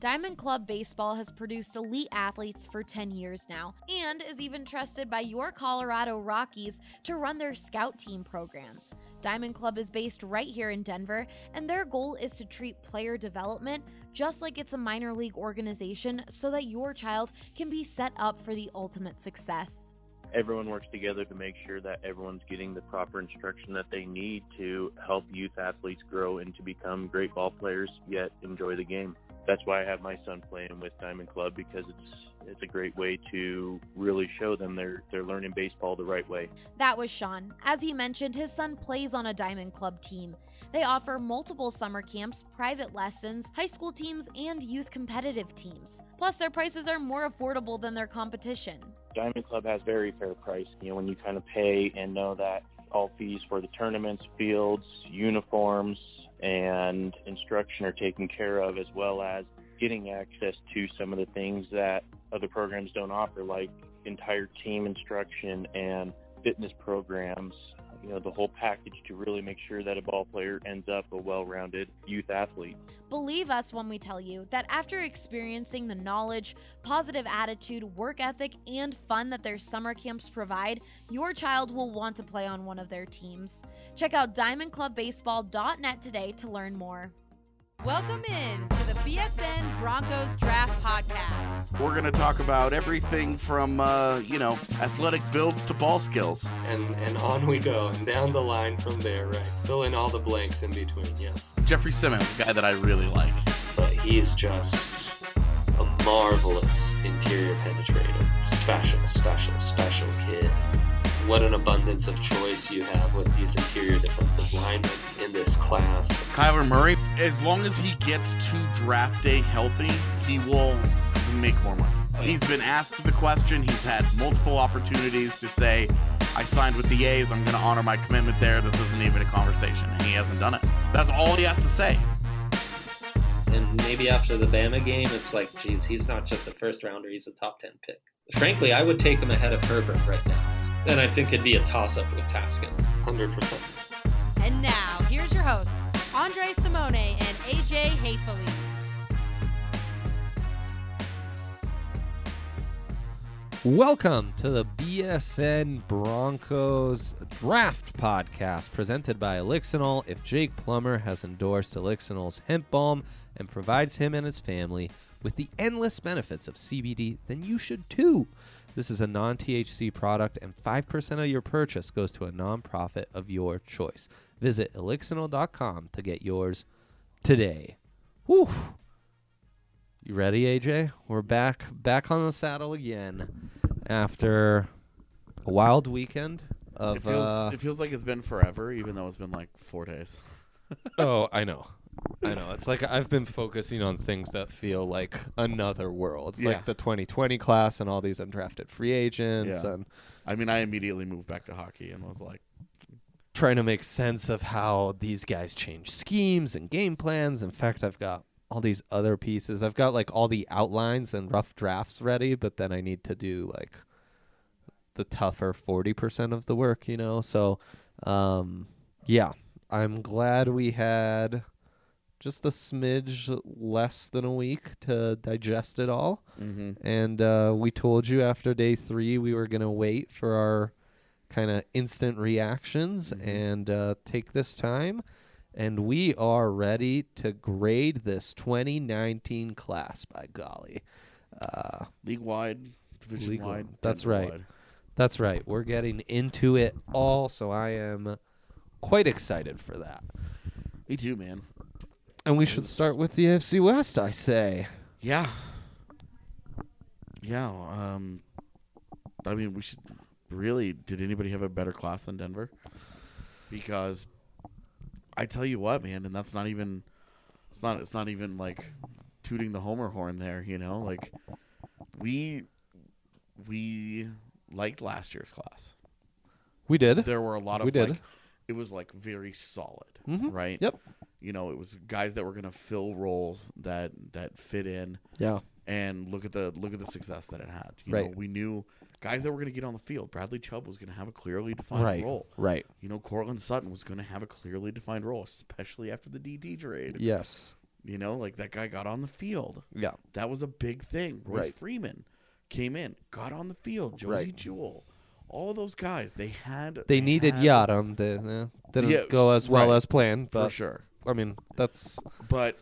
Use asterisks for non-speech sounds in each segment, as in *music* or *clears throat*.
Diamond Club Baseball has produced elite athletes for 10 years now and is even trusted by your Colorado Rockies to run their scout team program. Diamond Club is based right here in Denver, and their goal is to treat player development just like it's a minor league organization so that your child can be set up for the ultimate success. Everyone works together to make sure that everyone's getting the proper instruction that they need to help youth athletes grow and to become great ball players, yet enjoy the game. That's why I have my son playing with Diamond Club because it's it's a great way to really show them they're they're learning baseball the right way. That was Sean. As he mentioned, his son plays on a Diamond Club team. They offer multiple summer camps, private lessons, high school teams, and youth competitive teams. Plus, their prices are more affordable than their competition. Diamond Club has very fair price. You know, when you kind of pay and know that all fees for the tournaments, fields, uniforms, and instruction are taken care of, as well as getting access to some of the things that other programs don't offer, like entire team instruction and fitness programs. You know, the whole package to really make sure that a ball player ends up a well rounded youth athlete. Believe us when we tell you that after experiencing the knowledge, positive attitude, work ethic, and fun that their summer camps provide, your child will want to play on one of their teams. Check out diamondclubbaseball.net today to learn more. Welcome in to the BSN Broncos Draft Podcast. We're going to talk about everything from, uh, you know, athletic builds to ball skills. And, and on we go, and down the line from there, right? Fill in all the blanks in between, yes. Jeffrey Simmons, a guy that I really like. But he's just a marvelous interior penetrator. Special, special, special kid. What an abundance of choice you have with these interior defensive linemen in this class. Kyler Murray, as long as he gets to draft day healthy, he will make more money. He's been asked the question. He's had multiple opportunities to say, I signed with the A's. I'm going to honor my commitment there. This isn't even a conversation. And he hasn't done it. That's all he has to say. And maybe after the Bama game, it's like, geez, he's not just a first rounder, he's a top 10 pick. Frankly, I would take him ahead of Herbert right now. And I think it'd be a toss up with Haskins, 100%. And now, here's your hosts, Andre Simone and AJ Hayfully. Welcome to the BSN Broncos Draft Podcast presented by Elixinol. If Jake Plummer has endorsed Elixinol's hemp balm and provides him and his family with the endless benefits of CBD, then you should too. This is a non THC product, and 5% of your purchase goes to a nonprofit of your choice. Visit elixinol.com to get yours today. Whew. You ready, AJ? We're back back on the saddle again after a wild weekend of It feels, uh, it feels like it's been forever, even though it's been like four days. *laughs* Oh, I know. I know. It's like I've been focusing on things that feel like another world, Yeah. like the 2020 class and all these undrafted free agents Yeah. and I mean, I immediately moved back to hockey and was like, trying to make sense of how these guys change schemes and game plans. In fact, I've got all these other pieces. I've got like all the outlines and rough drafts ready, but then I need to do like the tougher 40% of the work, you know? So, um, yeah, I'm glad we had just a smidge less than a week to digest it all. mm-hmm. And uh, we told you after day three we were going to wait for our kind of instant reactions Mm-hmm. and uh, take this time. And we are ready to grade this 2019 class, by golly. Uh, league wide, division wide. League-wide. That's right. Wide. that's right. We're getting into it all, so I am quite excited for that. Me too, man. And we should start with the AFC West, I say. Yeah. Yeah. Um, I mean, we should really. Did anybody have a better class than Denver? Because I tell you what, man, and that's not even. It's not. It's not even like tooting the homer horn there. You know, like we we liked last year's class. We did. There were a lot of *laughs* We did. like. It was like very solid, Mhm. right? Yep. You know, it was guys that were gonna fill roles that that fit in Yeah. and look at the look at the success that it had. You know, Right. we knew guys that were going to get on the field. Bradley Chubb was going to have a clearly defined right. role. Right. You know, Cortland Sutton was going to have a clearly defined role, especially after the DD trade. Yes. You know, like that guy got on the field. Yeah. That was a big thing. Royce Right. Freeman came in, got on the field. Josie Right. Jewell, all those guys. They had. They needed had- Yadam. They, uh, didn't Yeah, go as well right. as planned, for but sure. I mean, that's But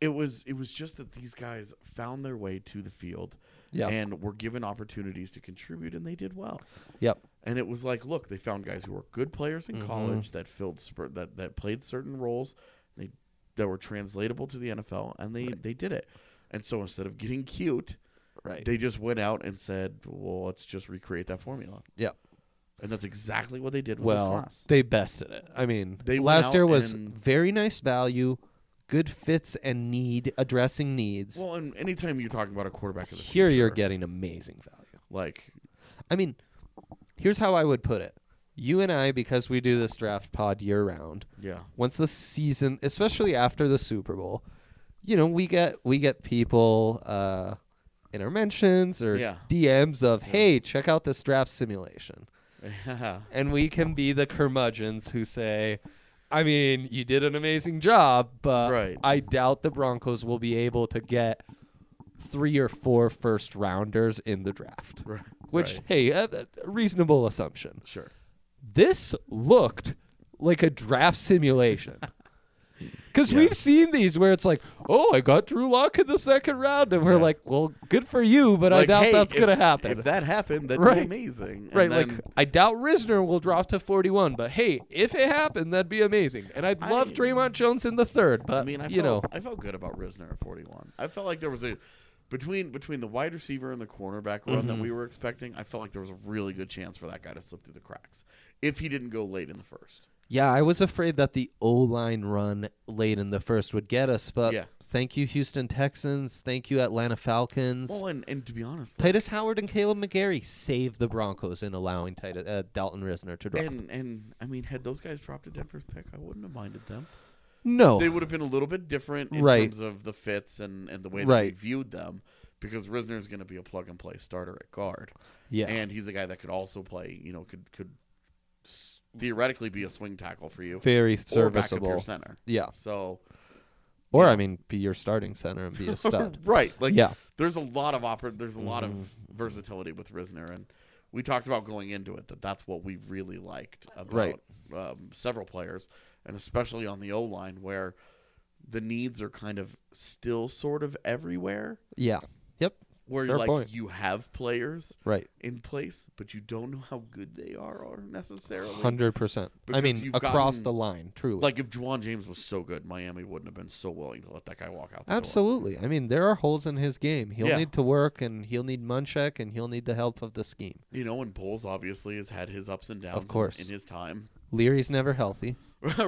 it was it was just that these guys found their way to the field yeah, and were given opportunities to contribute, and they did well. Yep. And it was like, look, they found guys who were good players in Mhm. college that filled spur- that that played certain roles, they that were translatable to the NFL, and they they did it. And so instead of getting cute, Right. they just went out and said, well, let's just recreate that formula. Yep. And that's exactly what they did with well, this class. they bested it. I mean, They went last out year was and- very nice value, good fits and need addressing needs. Well, and anytime you're talking about a quarterback of the Here you're future, getting amazing value. like *laughs* I mean, here's how I would put it. You and I, because we do this draft pod year round, yeah, once the season, especially after the Super Bowl, you know, we get we get people uh, in our mentions or Yeah. DMs of, "Hey, check out this draft simulation," yeah, and we can be the curmudgeons who say, "I mean, you did an amazing job, but Right. I doubt the Broncos will be able to get." Three or four first rounders in the draft, right, which right. hey, a, a reasonable assumption sure, this looked like a *laughs* draft simulation. Because Yeah. we've seen these where it's like, oh, I got Drew Lock in the second round. And we're Yeah. like, well, good for you, but I Like, doubt hey, that's if- going to happen. If that happened, that'd Right. be amazing, And right. then- like, I doubt Risner will drop to 41, but hey, if it happened, that'd be amazing. And I'd love I- Draymond Jones in the third, but, I mean, I uh, you felt, know, I felt good about Risner at 41. I felt like there was a between between the wide receiver and the cornerback run Mm-hmm. that we were expecting. I felt like there was a really good chance for that guy to slip through the cracks if he didn't go late in the first. yeah, I was afraid that the O line run late in the first would get us, but Yeah. thank you, Houston Texans. Thank you, Atlanta Falcons. Well, and, and to be honest, like, Titus Howard and Caleb McGarry saved the Broncos in allowing Titus, uh, Dalton Risner to drop. and and I mean, had those guys dropped a Denver's pick, I wouldn't have minded them. no, They would have been a little bit different in Oh. Right. terms of the fits and and the way that we Right. viewed them. Because Risner is going to be a plug and play starter at guard, yeah, and he's a guy that could also play. You know, could could s- theoretically be a swing tackle for you. very or backup your serviceable. center. Yeah, So or I mean, be your starting center and *laughs* be a stud. right, like Yeah. Mm-hmm. there's a lot of oper- there's a lot of versatility with Risner, and we talked about going into it that that's what we really liked about Right. um, several players, and especially on the O line where the needs are kind of still sort of everywhere. yeah, yep, Where Fair like point. you have players right, in place, but you don't know how good they are or necessarily. hundred percent. I Because mean, you've across gotten- the line, truly. Like if Juwan James was so good, Miami wouldn't have been so willing to let that guy walk out. The door. Absolutely. I mean, there are holes in his game. He'll Yeah. need to work, and he'll need Munchak, and he'll need the help of the scheme. You know, and Bowles obviously has had his ups and downs in- course. in, his time. *laughs* Leary's never healthy.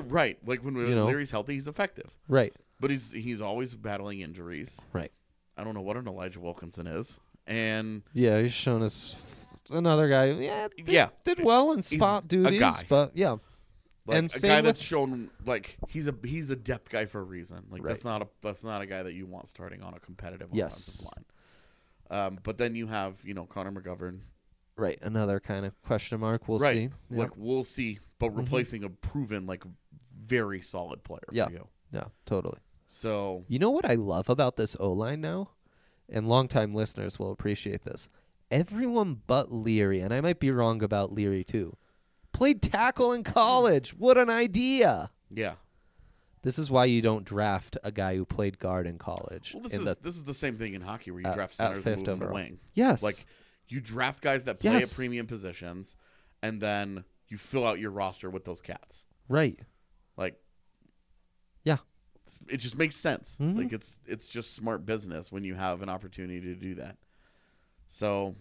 right. Like when, You know. Leary's healthy, he's effective. Right. But he's he's always battling injuries. Right. I don't know what an Elijah Wilkinson is. And Yeah, he's shown us f- another guy. Yeah, did, Yeah. did well in spot duties, guy. but yeah, like And a same guy with- that's shown like he's a he's a depth guy for a reason. Like that's not a that's not a guy that you want starting on a competitive Yes. offensive line. Um, but then you have, you know, Connor McGovern. right, another kind of question mark. We'll right. see. Yeah. Mm-hmm. Like we'll see, but replacing a proven, like very solid player Yeah. for you. yeah, totally. So You know what I love about this O line now, and longtime listeners will appreciate this. Everyone but Leary, and I might be wrong about Leary too, played tackle in college. What an idea! yeah. This is why you don't draft a guy who played guard in college. Well, this is in the, this is the same thing in hockey where you At- draft at centers and move fifth them to overall. wing. yes, Like you draft guys that play Yes. at premium positions, and then you fill out your roster with those cats. right, Like, Yeah. Mm-hmm. It's- it just makes sense. Like it's it's just smart business when you have an opportunity to do that. So,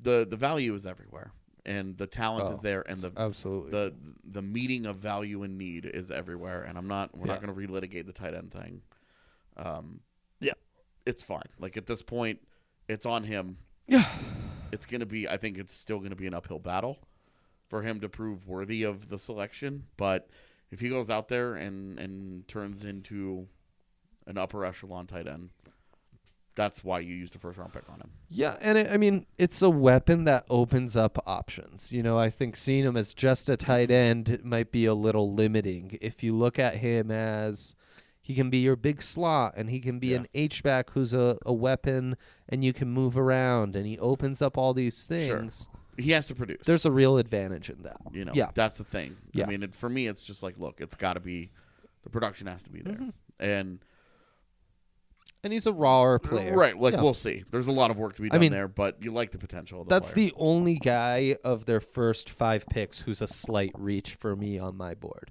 the the value is everywhere, and the talent is Oh, there, and the absolutely. the the meeting of value and need is everywhere and i'm not we're not Yeah. going to relitigate the tight end thing um yeah it's fine like at this point it's on him Yeah. it's going to be i think it's still going to be an uphill battle for him to prove worthy of the selection but if he goes out there and and turns into an upper echelon tight end that's why you used a first round pick on him Yeah, and it, I mean, it's a weapon that opens up options. You know, I think seeing him as just a tight end might be a little limiting. If you look at him as He can be your big slot, and he can be an H back who's a, a weapon, and you can move around, and he opens up all these Sure. things. He has to produce. There's a real advantage in that. you know yeah. that's the thing Yeah. i mean and for me it's just like look it's got to be the production has to be Mm-hmm. there and and he's a rawer player. right like Yeah. we'll see there's a lot of work to be I done mean, there but you like the potential of the That's player. the only guy of their first five picks who's a slight reach for me on my board.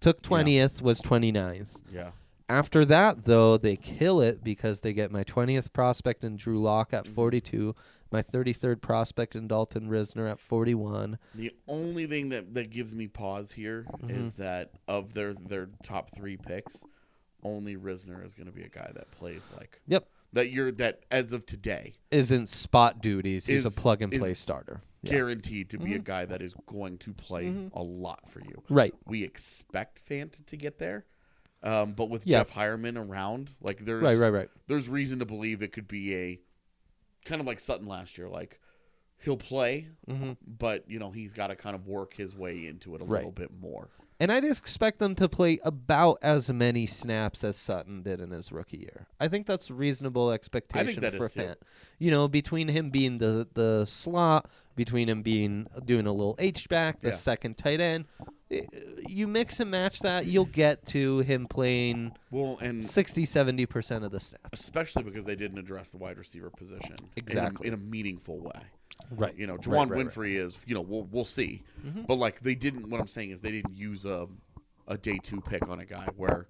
Took 20th, was 29th. yeah After that, though, they kill it because they get my 20th prospect in Drew Locke Mm-hmm. at 42, my 33rd prospect in Dalton Risner at 41. the only thing that that gives me pause here is Mm-hmm. that of their their top three picks only Risner is going to be a guy that plays like Yep. that you're that as of today Isn't spot duties. He's Is- a plug and play is- starter. Yeah. Mm-hmm. guaranteed to be a guy that is going to play a lot for you Right. we expect Fant to get there. Um, but with Yeah. Jeff Hireman around, like there's Right, right, right. there's reason to believe it could be a kind of like Sutton last year, like he'll play, but you know he's got to kind of work his way into it a Mm-hmm. Right. little bit more. And I'd expect them to play about as many snaps as Sutton did in his rookie year. I think that's reasonable expectation that for is too. Fant. You know, between him being the the slot, between him being doing a little H back, the Yeah. second tight end, i- you mix and match that, you'll get to him playing Well, and 60 70% of the snaps. especially because they didn't address the wide receiver position in a- Exactly. in a, meaningful way. Right. You know, Right, Juwan right, Mm-hmm. right. Winfrey is you know we'll we'll see, but like they didn't. What I'm saying is they didn't use a a day two pick on a guy where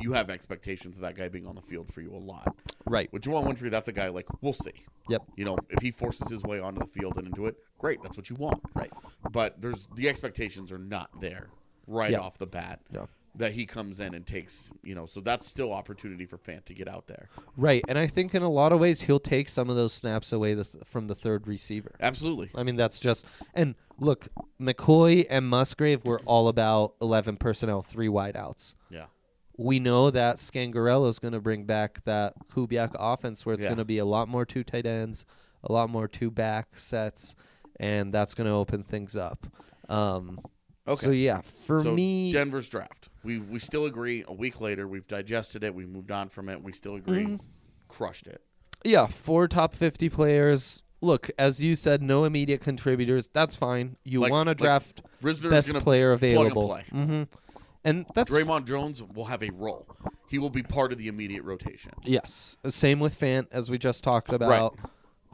you have expectations of that guy being on the field for you a lot. Right. With Juwan Winfrey, that's a guy like we'll see. Yep. You know, if he forces his way onto the field and into it, great. That's what you want. Right. But there's the expectations are not there right Yeah. off the bat. Yeah. That he comes in and takes, you know, so that's still opportunity for Fant to get out there. Right. And I think in a lot of ways he'll take some of those snaps away the th- from the third receiver. Absolutely. I mean, that's just and look, McCoy and Musgrave were all about eleven personnel, three wideouts. Yeah. We know that Scangarello is going to bring back that Kubiak offense, where it's Yeah. going to be a lot more two tight ends, a lot more two back sets, and that's going to open things up. Um, So Okay. yeah, for so me, Denver's draft. We we still agree. A week later, we've digested it. We moved on from it. We still agree. Mm-hmm. Crushed it. yeah, four top fifty players. Look, as you said, no immediate contributors. That's fine. You Like- want to like draft Risner's best gonna player plug and available, play. hmm and that's Draymond Jones will have a role. He will be part of the immediate rotation. Yes. Same with Fant, as we just talked about.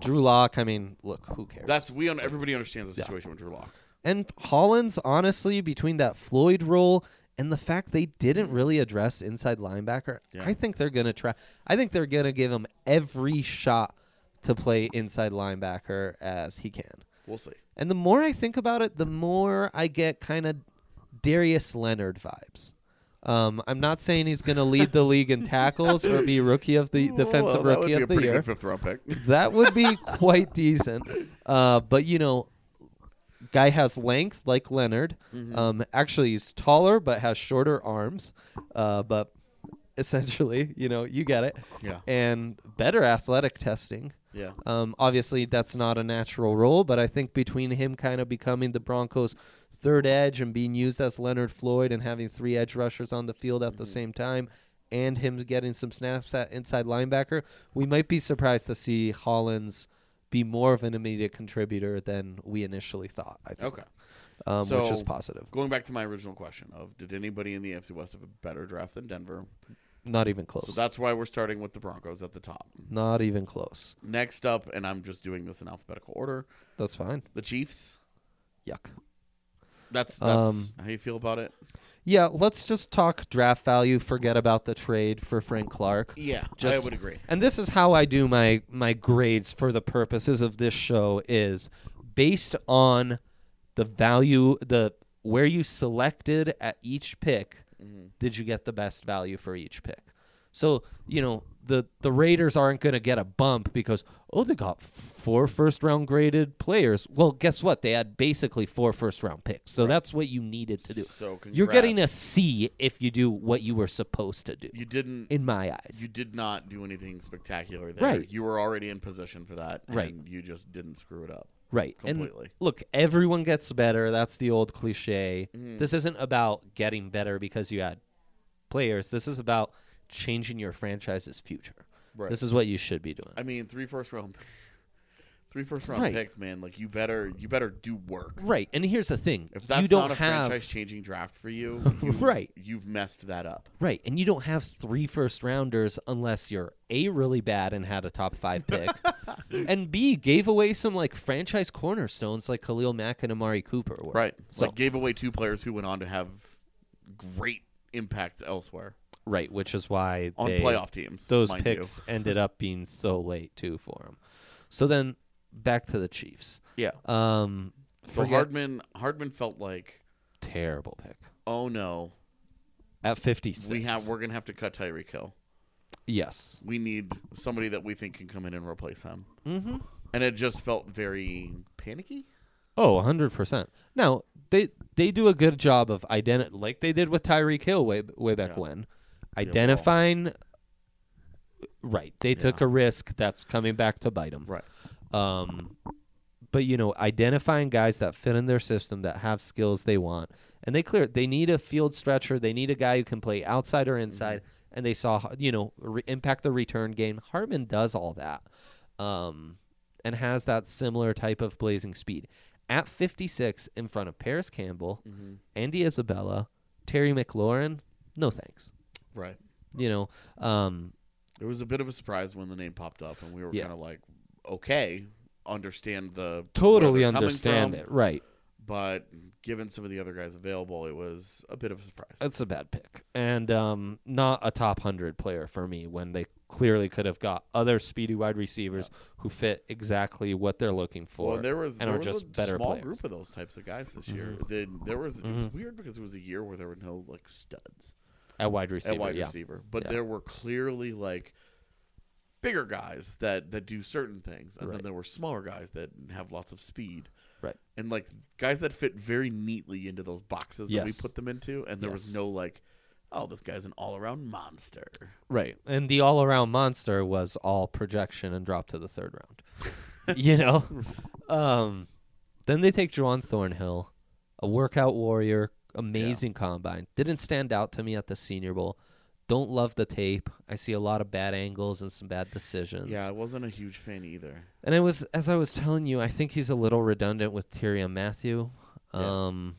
Drew Lock. I mean, look, who cares? That's we un- everybody understands the situation with Drew Lock. and Hollins, honestly, between that Floyd role and the fact they didn't really address inside linebacker, I think they're gonna try. I think they're gonna give him every shot to play inside linebacker as he can. We'll see. And the more I think about it, the more I get kind of Darius Leonard vibes. Um, I'm not saying he's going to *laughs* lead the league in tackles or be rookie of the defensive Well, that would rookie be of a the pretty year. good fifth round pick. that would be quite decent. Uh, but you know, guy has length like Leonard. Um, actually, he's taller but has shorter arms. Uh, but essentially, you know, you get it. Yeah. And better athletic testing. *laughs* Yeah. Um, obviously, that's not a natural role, but I think between him kind of becoming the Broncos' third edge and being used as Leonard Floyd and having three edge rushers on the field at Mm-hmm. the same time, and him getting some snaps at inside linebacker, we might be surprised to see Hollins be more of an immediate contributor than we initially thought. I think, Okay. um, which is So- positive. Going back to my original question of did anybody in the AFC West have a better draft than Denver? Not even close. So that's why we're starting with the Broncos at the top. not even close. Next up, and I'm just doing this in alphabetical order, That's fine. the Chiefs. Yuck. That's that's Um, how you feel about it. Yeah, let's just talk draft value. Forget about the trade for Frank Clark. Yeah, just- I would agree. And this is how I do my my grades for the purposes of this show is based on the value the where you selected at each pick, Mm-hmm. did you get the best value for each pick? So, you know, the the Raiders aren't going to get a bump because oh they got f- four first round graded players. Well, guess what? They had basically four first round picks. So that's what you needed to do. So You're getting a congrats. C if you do what you were supposed to do You didn't. in my eyes. you did not do anything spectacular there. Right. You were already in position for that. Right. And you just didn't screw it up. Right. Completely. And look, everyone gets better. That's the old Mm-hmm. cliche. This isn't about getting better because you had players. This is about changing your franchise's future. Right. This is what you should be doing. I mean, three first round, *laughs* three first round Right. picks, man. Like you better, you better do work. Right. And here's the thing. If that's you don't not a have franchise changing draft for *laughs* you, you've, Right. You've messed that up. Right, and you don't have three first rounders unless you're A really bad and had a top *laughs* five pick. and B gave away some like franchise cornerstones like Khalil Mack and Amari Cooper were. Right. So like gave away two players who went on to have great impacts elsewhere right, which is why on they- playoff teams. those mind you. picks ended up being so late too for them. So then back to the Chiefs. Yeah. Um So forget, Hardman, Hardman felt like, terrible pick oh no, at 56. we have we're gonna have to cut Tyreek Hill. yes. We need somebody that we think can come in and replace him. Mm-hmm. And it just felt very panicky. Oh, 100%. Now, they they do a good job of identi- like they did with Tyreek Hill way way back Yeah. when, well. identifying right. They took a risk that's coming back to bite them. Right. Um but you know, identifying guys that fit in their system that have skills they want. And they clear they need a field stretcher, they need a guy who can play outside or inside and they saw you know re- impact the return game. Hartman does all that. Um and has that similar type of blazing speed. At 56, in front of Paris Campbell, Andy Isabella, Terry McLaurin, no thanks. Right. You know, um, It was a bit of a surprise when the name popped up, and we were Yeah. kind of like, okay, understand the totally where they're coming understand from, it. Right. but given some of the other guys available, it was a bit of a surprise. That's a bad pick. And um, not a top 100 player for me when they clearly could have got other speedy wide receivers who fit exactly what they're looking for. well, there was and there are was just a better small players. Mm-hmm. group of those types of guys this year. Then there was it was weird because it was a year where there were no like studs at wide receiver. at wide yeah. receiver, but Yeah. there were clearly like bigger guys that that do certain things, and then Right. there were smaller guys that have lots of speed. Right. and like guys that fit very neatly into those boxes that we Yes. put them into, and there Yes. was no like, oh, this guy's an all-around monster. Right. And the all around monster was all projection and drop to the third round. *laughs* you know? Um, then they take Juwan Thornhill, a workout warrior, amazing combine. Didn't stand out to me at the Senior Bowl. Don't love the tape. I see a lot of bad angles and some bad decisions. Yeah, I wasn't a huge fan either. And I was, as I was telling you, I think he's a little redundant with Tyrion Matthew. Yeah. Um,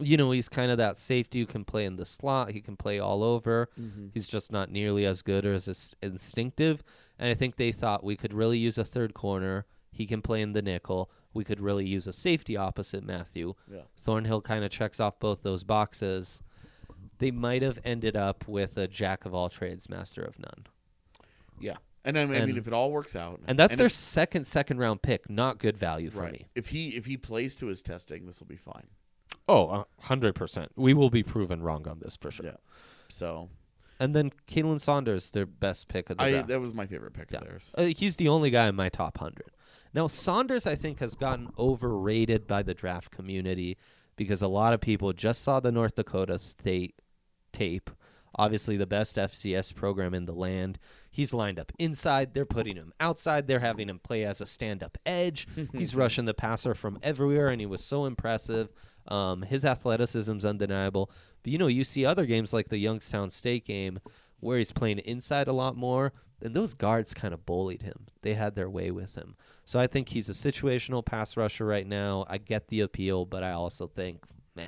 you know, he's kind of that safety who can play in the slot. He can play all over. Mm-hmm. He's just not nearly as good or as ins- instinctive. And I think they thought we could really use a third corner. He can play in the nickel. We could really use a safety opposite Matthew. Yeah. Thornhill kind of checks off both those boxes. They might have ended up with a jack of all trades, master of none. Yeah, and I mean, I And- mean, if it all works out, And that's their if- second second round pick. Not good value for right. me. If he if he plays to his testing, this will be fine. Oh, a 100%. We will be proven wrong on this for sure. Yeah. So And then Kalen Saunders, their best pick of the I draft. that was my favorite pick Yeah. of theirs. Uh, he's the only guy in my top 100. Now, Saunders, I think, has gotten overrated by the draft community because a lot of people just saw the North Dakota State tape. Obviously, the best FCS program in the land. He's lined up inside. They're putting him outside. They're having him play as a stand up edge. He's rushing the passer from everywhere, and he was so impressive. Um, his athleticism's undeniable. But you know, you see other games like the Youngstown State game where he's playing inside a lot more, and those guards kind of bullied him. They had their way with him. So I think he's a situational pass rusher right now. I get the appeal, but I also think, meh.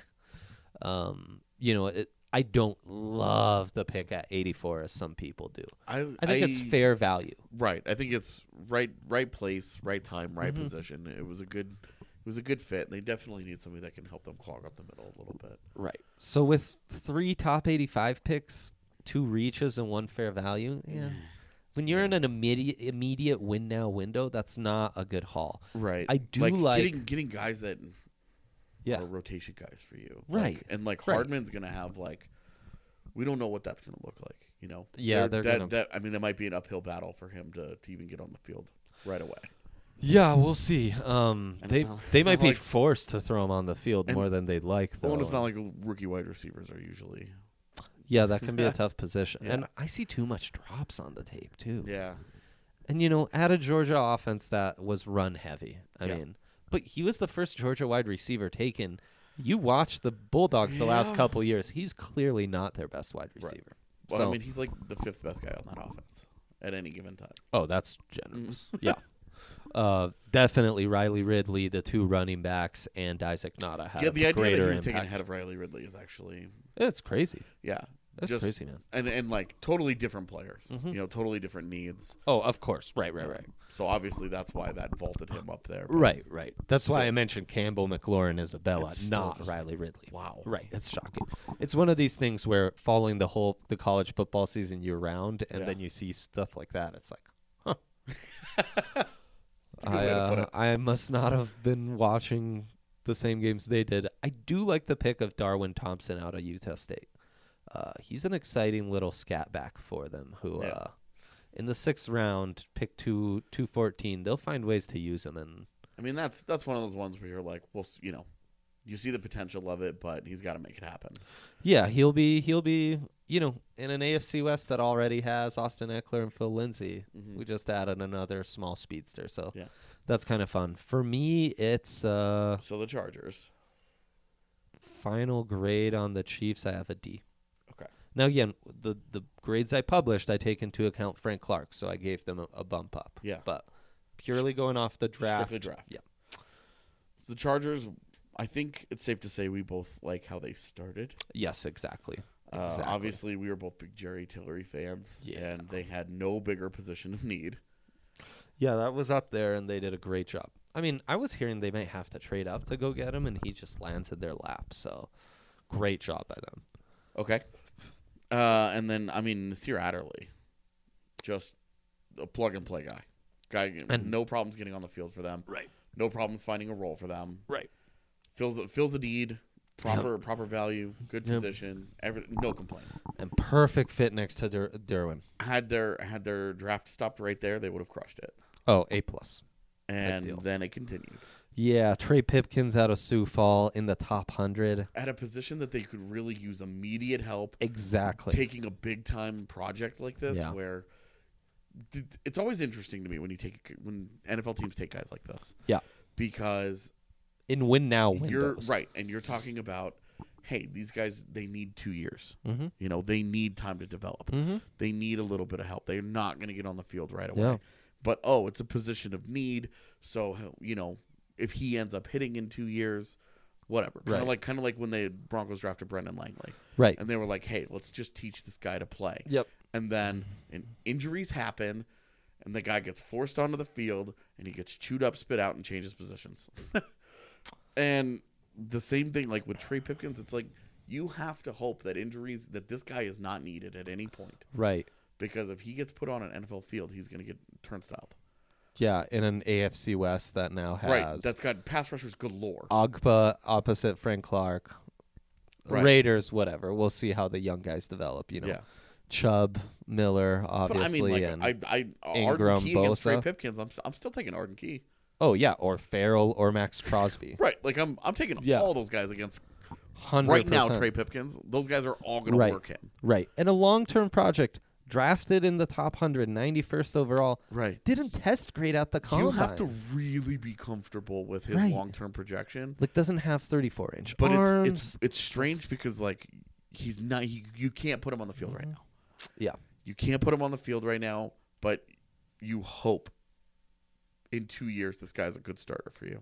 Um, you know, it, I don't love the pick at 84 as some people do. I I think it's fair value. Right. I think it's right right place, right time, right position. It was a good it was a good fit. They definitely need somebody that can help them clog up the middle a little bit. Right. So with three top 85 picks, two reaches, and one fair value, yeah. When you're in an immediate immediate win now window, that's not a good haul. Right. I do like- getting getting guys that Yeah. are rotation guys for you. Right. Like- and like Right. Hardman's gonna have like we don't know what that's gonna look like, you know? There- Yeah, they're that, gonna- that I mean that might be an uphill battle for him to, to even get on the field right away. Yeah, we'll see. Um, And they it's not- they it's might not be like- forced to throw him on the field And- more than they'd like, though. Well, and it's not like rookie wide receivers are usually yeah, that can be *laughs* a tough position. Yeah. And I see too much drops on the tape too. Yeah. And you know, at a Georgia offense that was run heavy. I Yeah. mean, but he was the first Georgia wide receiver taken. You watch the Bulldogs the last couple years. He's clearly not their best wide receiver. Well, So- I mean, he's like the fifth best guy on that offense at any given time. Oh, that's generous. Mm. yeah. *laughs* Uh, definitely Riley Ridley, the two running backs, and Isaac Nada had yeah, the a idea that greater he was taken impact. ahead of Riley Ridley is actually it's crazy. yeah, That's just- crazy, man. Mm-hmm. and and like totally different players. You know, totally different needs. Oh, of course. Right, right, right. So obviously that's why that vaulted him up there. but Right, right. That's why I mentioned Campbell, McLaurin, Isabella, It's still not just- Riley Ridley. Wow. Right, it's shocking. It's one of these things where following the whole the college football season year round, and Yeah. then you see stuff like that. It's like, huh. a good I, way to put uh, it. I must not have been watching the same games they did. I do like the pick of Darwin Thompson out of Utah State. Uh, he's an exciting little scat back for them. Who Yeah. uh, in the sixth round, pick two two fourteen. They'll find ways to use him and. I mean, that's that's one of those ones where you're like, well, s- you know, you see the potential of it, but he's got to make it happen. Yeah, he'll be he'll be you know in an AFC West that already has Austin Eckler and Phil Lindsay. We just added another small speedster, so Mm-hmm. Yeah. that's kind of fun. For me, it's uh So the Chargers. final grade on the Chiefs. I have a D. Okay. Now again, the the grades I published, I take into account Frank Clark, so I gave them a, a bump up. Yeah. but purely going off the draft. Strictly draft. Yeah. So the Chargers. I think it's safe to say we both like how they started. Yes, exactly. Uh, Exactly. obviously, we were both big Jerry Tillery fans, Yeah. and they had no bigger position of need. Yeah, that was up there, and they did a great job. I mean, I was hearing they might have to trade up to go get him, and he just lands in their lap. So, great job by them. Okay. Uh, and then I mean Nasir Adderley, just a plug and play guy. Guy, And- no problems getting on the field for them. Right. No problems finding a role for them. Right. Fills fills a need. Proper proper value. Good position. Every, no complaints. And perfect fit next to Der- Derwin. Had their had their draft stopped right there, they would have crushed it. Oh, A plus. deal. And then it continued Yeah, Trey Pipkins out of Sioux Fall in the top hundred. at a position that they could really use immediate help. Exactly. taking a big time project like this Yeah. where th- it's always interesting to me when you take when NFL teams take guys like this yeah. because In win now windows. you're right and you're talking about hey these guys they need 2 years. Mm-hmm. You know, they need time to develop. They need a little bit of help. They're not going to get on the field right away. Yeah. But oh, it's a position of need, so you know, if he ends up hitting in 2 years Whatever, kind of Right. like kind of like when the Broncos drafted Brendan Langley, Right. And they were like, "Hey, let's just teach this guy to play." Yep. and then and injuries happen and the guy gets forced onto the field and he gets chewed up spit out and changes positions *laughs* and the same thing like with trey pipkins it's like you have to hope that injuries that this guy is not needed at any point Right. because if he gets put on an nfl field he's going to get turnstile Yeah, in an AFC West that now has right that's got pass rushers galore Ogba opposite Frank Clark, Right. Raiders, whatever. We'll see how the young guys develop. You know, Yeah. Chubb, Miller, but i mean obviously, like and i i Ingram, arden key against trey Bosa. pipkins i'm, I'm still taking arden key oh yeah, or Farrell or Max Crosby. *laughs* right like i'm i'm taking Yeah. all those guys against Hundred right now trey pipkins those guys are all going right, to work him right, and a long-term project. Drafted in the top 100, 91st overall. Right. Didn't test grade out the combine. You have to really be comfortable with his Right. long-term projection. like doesn't have 34 inch But arms. it's it's it's strange because like he's not he, you can't put him on the field right now. Mm-hmm. yeah, You can't put him on the field right now, but you hope in 2 years this guy's a good starter for you.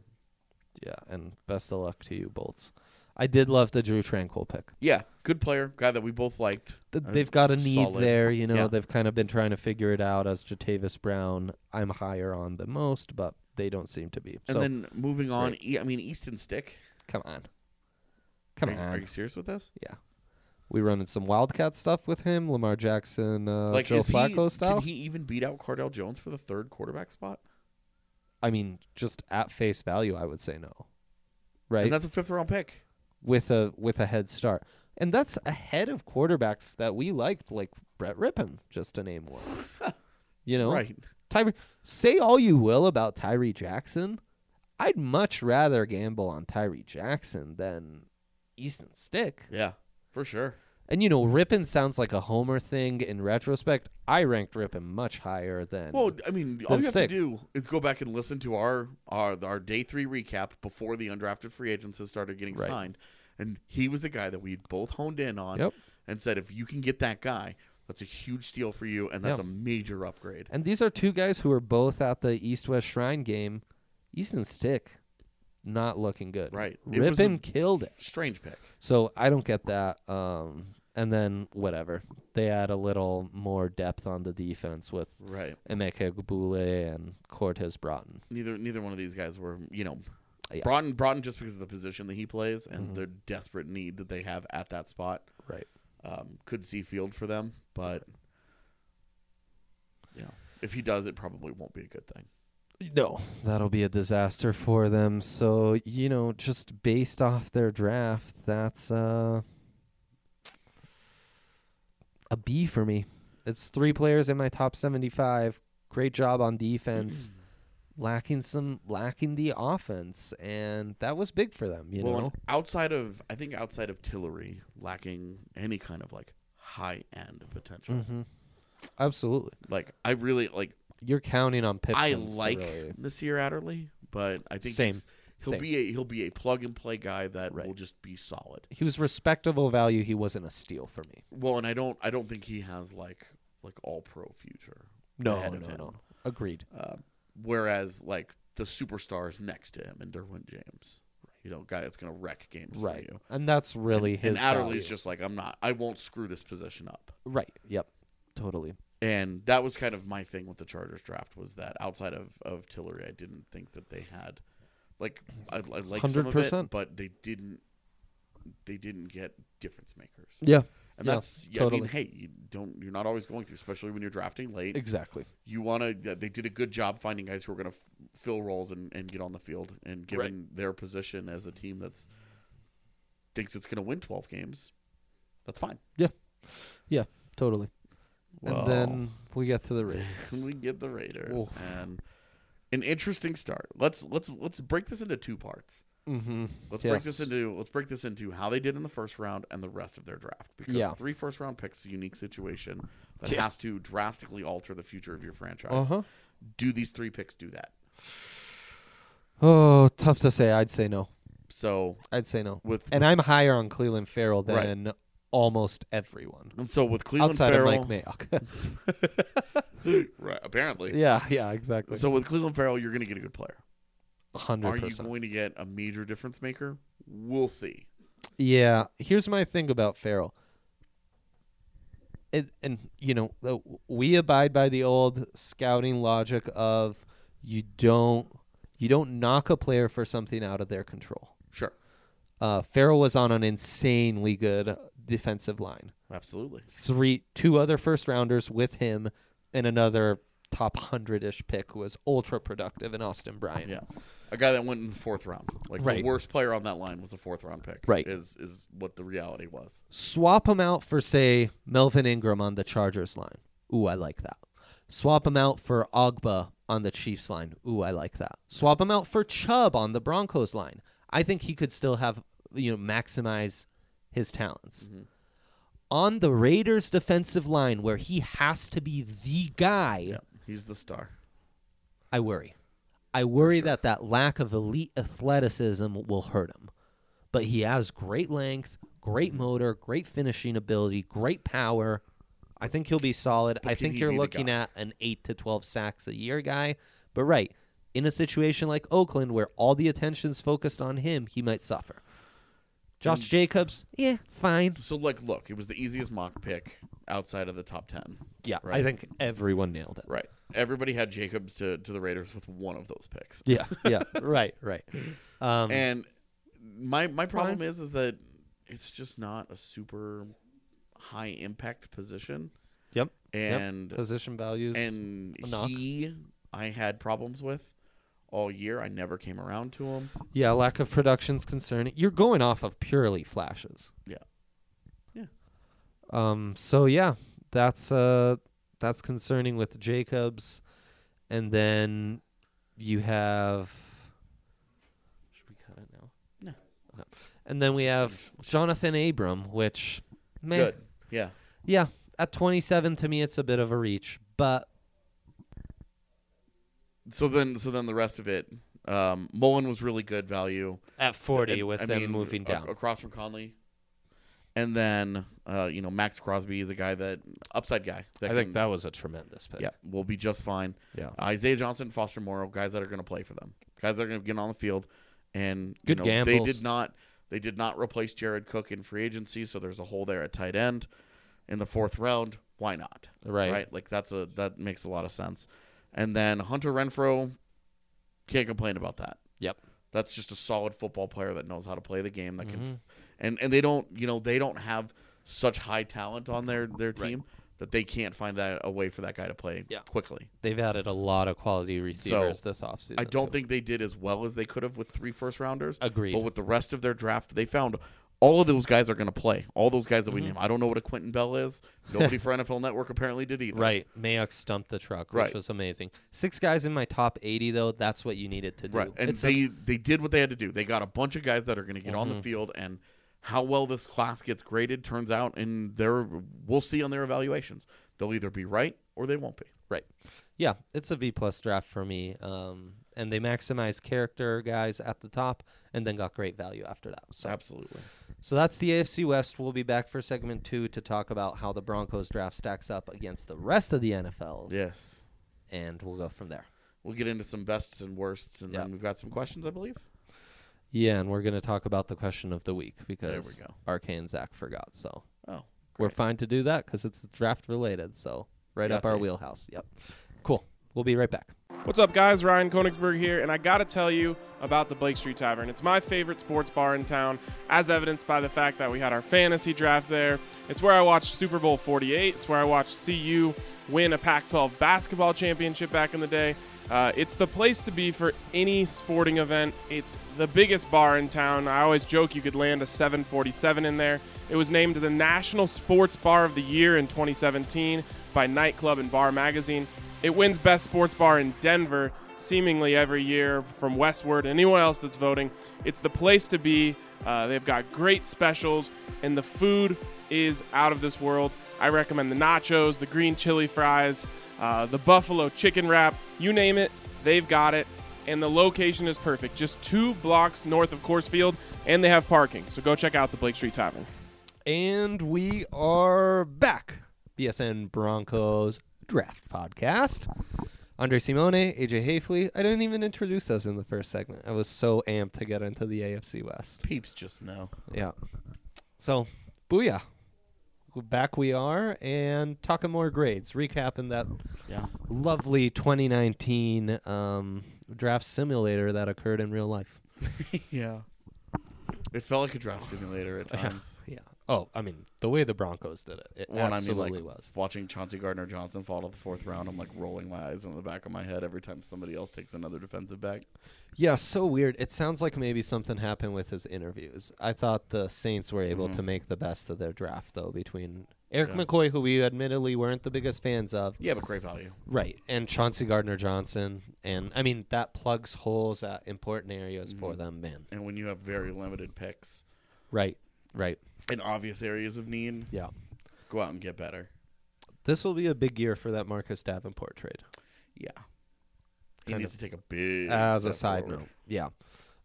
yeah, and best of luck to you, Bolts. I did love the Drew Tranquil pick. Yeah, good player, guy that we both liked. th- Uh, they've got a need solid. there. You know, Yeah. they've kind of been trying to figure it out as Jatavis Brown. I'm higher on the most, but they don't seem to be. And so then moving on, E- I mean Easton Stick. come on, come Are you, on, are you serious with this? yeah. We running some Wildcat stuff with him, Lamar Jackson, uh, Like Joe is he- Flacco style. Can he even beat out Cardell Jones for the third quarterback spot? I mean, just at face value, I would say no, right? And that's a fifth round pick. with a with a head start, and that's ahead of quarterbacks that we liked, like Brett Rippon, just to name one. *laughs* you know, Right. Tyree, say all you will about Tyree Jackson. I'd much rather gamble on Tyree Jackson than Easton Stick. Yeah. For sure. And you know, Rippon sounds like a homer thing in retrospect. I ranked Rippon much higher than Well, I mean, all than you have stick. to do is go back and listen to our our our day three recap before the undrafted free agents had started getting Right. signed, and he was a guy that we both honed in on Yep. and said, if you can get that guy, That's a huge steal for you, and that's Yeah. a major upgrade. And these are two guys who are both at the East West Shrine game. Easton Stick, not looking good. Right. It was a- Rippin killed it. Strange pick. So I don't get that. Um, and then whatever. They add a little more depth on the defense with Right. Emeka Gbule and Cortez Broughton. Neither neither one of these guys were, you know, Yeah. Mm-hmm. Broughton Broughton just because of the position that he plays and the desperate need that they have at that spot Right. um, could see field for them, but yeah, if he does, it probably won't be a good thing. No, that'll be a disaster for them. So, you know, just based off their draft, that's uh a B for me. It's three players in my top 75. Great job *clears throat* on defense. lacking some lacking the offense and that was big for them, you well, know. and outside of I think outside of Tillery, lacking any kind of like high end potential. Mhm. Absolutely. Like I really like You're counting on Pipkins. I to like really- Nasir Adderley, but I think Same. he's- he'll Same. be a he'll be a plug and play guy that will Right. just be solid. he was respectable value. He wasn't a steal for me. Well, and I don't I don't think he has like like all pro future. ahead of him. Agreed. Whereas like the superstars next to him and Derwin James, you know, guy that's gonna wreck games right. for you. And that's really and his Adderley's value. just like I'm not. I won't screw this position up. right. Yep. Totally. And that was kind of my thing with the Chargers draft was that outside of of Tillery, I didn't think that they had like I, I like some of it, 100%. but they didn't. They didn't get difference makers. Yeah. And Yeah, that's yeah, I totally. mean, hey, you don't you're not always going to, especially when you're drafting late. Exactly. You want to. They did a good job finding guys who are going to f- fill roles and, and get on the field and given their position as a team that's thinks it's going to win 12 games. That's fine. Yeah. Totally. Well. and then we get to *laughs* the Raiders. we get the Raiders Oof. and an interesting start. Let's let's let's break this into two parts. mm-hmm. Let's break this into let's break this into how they did in the first round and the rest of their draft because Yeah. three first round picks a unique situation that Yeah. has to drastically alter the future of your franchise. Uh huh. Do these three picks do that? Oh, tough to say. I'd say no. So I'd say no. with And I'm higher on Cleveland Farrell Right. than almost everyone and so with Cleveland outside Farrell, of Mike Mayock. *laughs* right? Apparently, yeah. Yeah. Exactly. So with Cleveland Farrell, you're going to get a good player. Are hundred you percent. going to get a major difference maker? We'll see. Yeah, here's my thing about Farrell. It, and you know, uh, we abide by the old scouting logic of you don't you don't knock a player for something out of their control. Sure, Uh, Farrell was on an insanely good defensive line. absolutely. Three, two other first rounders with him, and another top hundred ish pick who was ultra productive in Austin Bryant. Yeah, a guy that went in the fourth round. Like the Right. worst player on that line was a fourth round pick. Right. is is what the reality was. swap him out for say Melvin Ingram on the Chargers line. Ooh, I like that. Swap him out for Ogba on the Chiefs line. Ooh, I like that. Swap him out for Chubb on the Broncos line. I think he could still have you know maximize his talents. On the Raiders defensive line where he has to be the guy, Yeah, he's the star. I worry. I worry that that lack of elite athleticism will hurt him. But he has great length, great Mm-hmm. motor, great finishing ability, great power. I think he'll be solid. I can think he you're be the looking guy? at an 8 to 12 sacks a year guy. But right, in a situation like Oakland where all the attention's focused on him, he might suffer. Josh Mm. Jacobs, yeah, fine. So like, look, it was the easiest mock pick outside of the top ten. Yeah, I Right. think everyone nailed it. Right. Everybody had Jacobs to to the Raiders with one of those picks. Yeah, yeah, right, right. *laughs* Um, And my my problem Fine. is is that it's just not a super high impact position. yep. yep. And position values and a knock. he I had problems with all year. I never came around to him. Yeah, lack of production's concerning. You're going off of purely flashes. Yeah. Yeah. Um. So yeah, that's uh, that's concerning with Jacobs, and then you have. Should we cut it now? No. No. And then we have Jonathan Abram, which, man, Good. Yeah. yeah, at 27 to me it's a bit of a reach, but So then so then the rest of it. Um, Mullen was really good value. at 40 And, with I them mean, moving ac- down. across from Conley. And then, uh, you know, Max Crosby is a guy that upside guy. I think can- that was a tremendous pick. yeah will be just fine. Yeah. Isaiah Johnson, Foster Morrow, guys that are going to play for them, guys that are going to get on the field, and Good you know, They gambles. did not they did not replace Jared Cook in free agency, so there's a hole there at tight end in the fourth round. Why not? Right. right. Like that's a that makes a lot of sense. And then Hunter Renfro, can't complain about that. Yep. That's just a solid football player that knows how to play the game. That Mm-hmm. can, and and they don't you know they don't have such high talent on their their team that they can't find that a way for that guy to play Yeah. quickly. They've added a lot of quality receivers this offseason. I don't too. think they did as well as they could have with three first rounders. Agreed. But with the rest of their draft, they found all of those guys are going to play. All those guys that Mm-hmm. we named. I don't know what a Quentin Bell is. Nobody for *laughs* NFL Network apparently did either. Right. Mayock stumped the truck, which Right. was amazing. Six guys in my top 80, though. That's what you needed to do. Right. And It's a- they they did what they had to do. They got a bunch of guys that are going to get on the field and how well this class gets graded turns out and their we'll see on their evaluations. They'll either be right or they won't be. Right. Yeah, it's a V plus draft for me. Um, and they maximized character guys at the top, and then got great value after that. So, Absolutely. so that's the AFC West. We'll be back for segment two to talk about how the Broncos draft stacks up against the rest of the NFLs, Yes. and we'll go from there. We'll get into some bests and worsts and Yep. then we've got some questions, I believe. Yeah, and we're gonna talk about the question of the week because go. RK and Zach forgot. So Oh. we're fine to do that because it's draft related. So right up our Yahtzee. wheelhouse. Yep. Cool. We'll be right back. What's up, guys? Ryan Konigsberg here, and I gotta tell you about the Blake Street Tavern. It's my favorite sports bar in town, as evidenced by the fact that we had our fantasy draft there. It's where I watched Super Bowl 48, it's where I watched CU win a Pac 12 basketball championship back in the day. Uh, it's the place to be for any sporting event. It's the biggest bar in town. I always joke you could land a 747 in there. It was named the National Sports Bar of the Year in 2017 by Nightclub and Bar Magazine. It wins Best Sports Bar in Denver seemingly every year from Westward. Anyone else that's voting, it's the place to be. Uh, they've got great specials, and the food is out of this world. I recommend the nachos, the green chili fries, uh, the buffalo chicken wrap. You name it, they've got it. And the location is perfect, just two blocks north of Coors Field, and they have parking. So go check out the Blake Street Tavern. And we are back. BSN Broncos Draft Podcast. Andre Simone, AJ Hafley. I didn't even introduce us in the first segment. I was so amped to get into the AFC West. Peeps just know. Yeah. So, booyah. Back we are and talking more grades, recapping that Yeah. lovely 2019 um, draft simulator that occurred in real life. *laughs* yeah. It felt like a draft simulator *laughs* at times. Yeah. Oh, I mean, the way the Broncos did it, it One, I mean, absolutely like was. watching Chauncey Gardner Johnson fall to the fourth round, I'm like rolling my eyes in the back of my head every time somebody else takes another defensive back. Yeah, so weird. It sounds like maybe something happened with his interviews. I thought the Saints were able Mm-hmm. to make the best of their draft, though, between Eric McCoy, who we admittedly weren't the biggest fans of, Yeah, but great value. right, and Chauncey Gardner Johnson. And I mean, that plugs holes at important areas for them, man. And when you have very limited picks Right, right. in obvious areas of need, Yeah. go out and get better. This will be a big year for that Marcus Davenport trade. Yeah. He Kind needs to take a big as a step side forward. note. Yeah.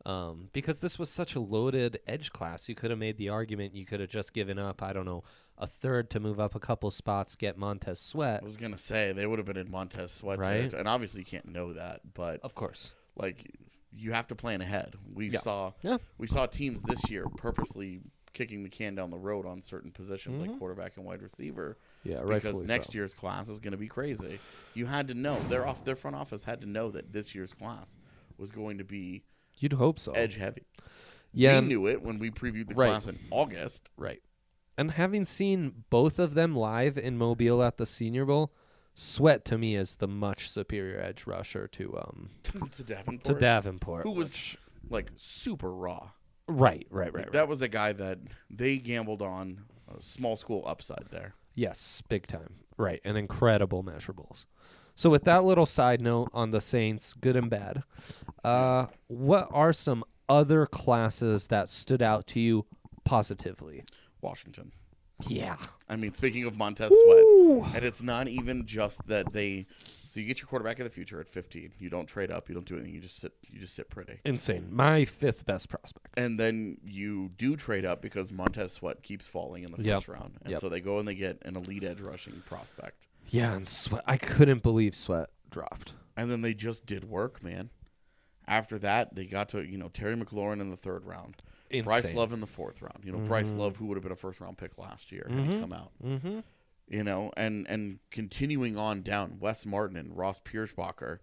Um, because this was such a loaded edge class, you could have made the argument you could have just given up, I don't know, a third to move up a couple spots, get Montez Sweat. I was gonna say they would have been in Montez Sweat, Right. territory. and obviously you can't know that, but Of course. like you have to plan ahead. We Yeah. saw Yeah. we saw teams this year purposely kicking the can down the road on certain positions like quarterback and wide receiver. Mm-hmm. Yeah, because rightfully next so. year's class is going to be crazy. You had to know their off their front office had to know that this year's class was going to be You'd hope so. edge heavy. Yeah. we and- knew it when we previewed the Right. class in August. *laughs* Right. And having seen both of them live in Mobile at the Senior Bowl, Sweat to me is the much superior edge rusher to um to Davenport, to Davenport. who was which- like super raw. right, right, right, Like, right. That was a guy that they gambled on a small school upside there. Yes, big time. Right, and incredible measurables. So, with that little side note on the Saints, good and bad, uh, what are some other classes that stood out to you positively? Washington. Yeah. I mean, speaking of Montez Sweat, and it's not even just that they. So you get your quarterback of the future at 15. You don't trade up. You don't do anything. You just sit. You just sit pretty. Insane. My fifth best prospect. And then you do trade up because Montez Sweat keeps falling in the first Yep. round, and Yep. so they go and they get an elite edge rushing prospect. Yeah, and sweat. I couldn't believe sweat dropped. And then they just did work, man. After that, they got to you know Terry McLaurin in the third round, Bryce Insane. Love in the fourth round. You know Bryce Love, who would have been a first round pick last year, had he come out. Mm-hmm. you know, and and continuing on down, Wes Martin and Ross Piersbacher,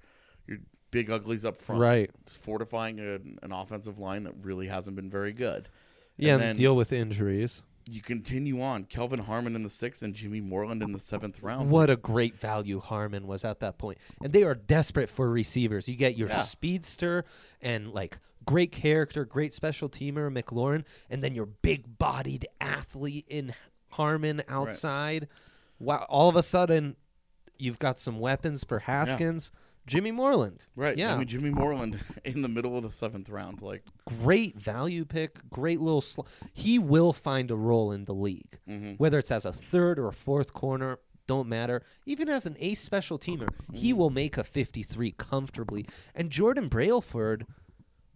your big uglies up front, Right. It's fortifying a, an offensive line that really hasn't been very good. Yeah, and, and then deal with injuries. you continue on. Kelvin Harmon in the sixth and Jimmy Moreland in the seventh round. What a great value Harmon was at that point. And they are desperate for receivers. You get your Yeah. speedster and like great character, great special teamer McLaurin, and then your big bodied athlete in Harmon outside. Wow, all of a sudden you've got some weapons for Haskins. Jimmy Moreland. Right. Yeah. I mean, Jimmy Moreland *laughs* in the middle of the seventh round. Like, great value pick, great little sl- he will find a role in the league. Whether it's as a third or a fourth corner, don't matter. Even as an ace special teamer, he will make a 53 comfortably. And Jordan Brailford,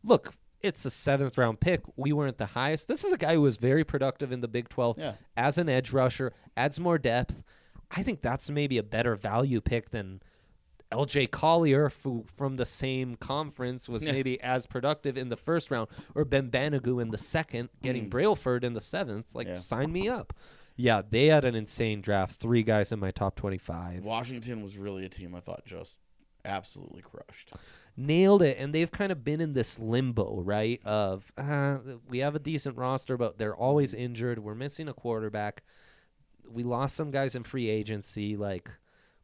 look, it's a seventh round pick. We weren't the highest. This is a guy who was very productive in the Big 12 Yeah. as an edge rusher, adds more depth. I think that's maybe a better value pick than LJ Collier, who from the same conference was maybe as productive in the first round, or Ben Banigou in the second, getting Brailford in the seventh. Like, Mm. Yeah. sign me up. Yeah, they had an insane draft. Three guys in my top 25. Washington was really a team I thought just absolutely crushed. nailed it and they've kind of been in this limbo right of uh, we have a decent roster but they're always injured we're missing a quarterback we lost some guys in free agency like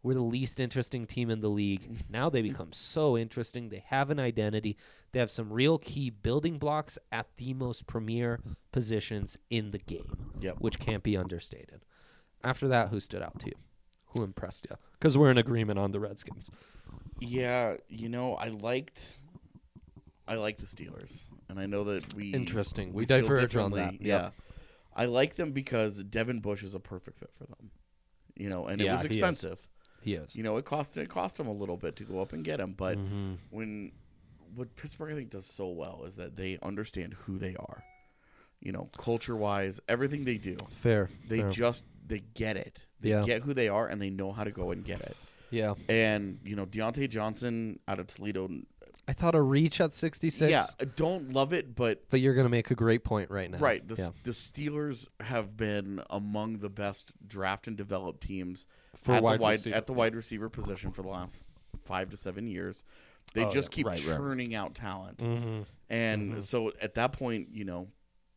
we're the least interesting team in the Mm-hmm. league now they become so interesting they have an identity they have some real key building blocks at the most premier positions in the game Yep. which can't be understated after that who stood out to you who impressed you because we're in agreement on the redskins Yeah, you know, I liked, I like the Steelers, and I know that we Interesting. We feel diverge on differently. that. Yep. Yeah, I like them because Devin Bush is a perfect fit for them. You know, and Yeah, it was he is. expensive. he is You know, it cost it cost them a little bit to go up and get him, but Mm-hmm. when what Pittsburgh I think does so well is that they understand who they are. You know, culture wise, everything they do, fair they fair. just they get it. They Yeah. get who they are, and they know how to go and get it. Yeah. And you know, Deontay Johnson out of Toledo. I thought a reach at 66, Yeah, I don't love it, but but you're going to make a great point right now. right, the yeah. the Steelers have been among the best draft and develop teams For at wide the wide receiver. at the wide receiver position for the last five to seven years. They Oh, just yeah. keep Right, right. churning out talent, Mm-hmm. and so at that point, you know,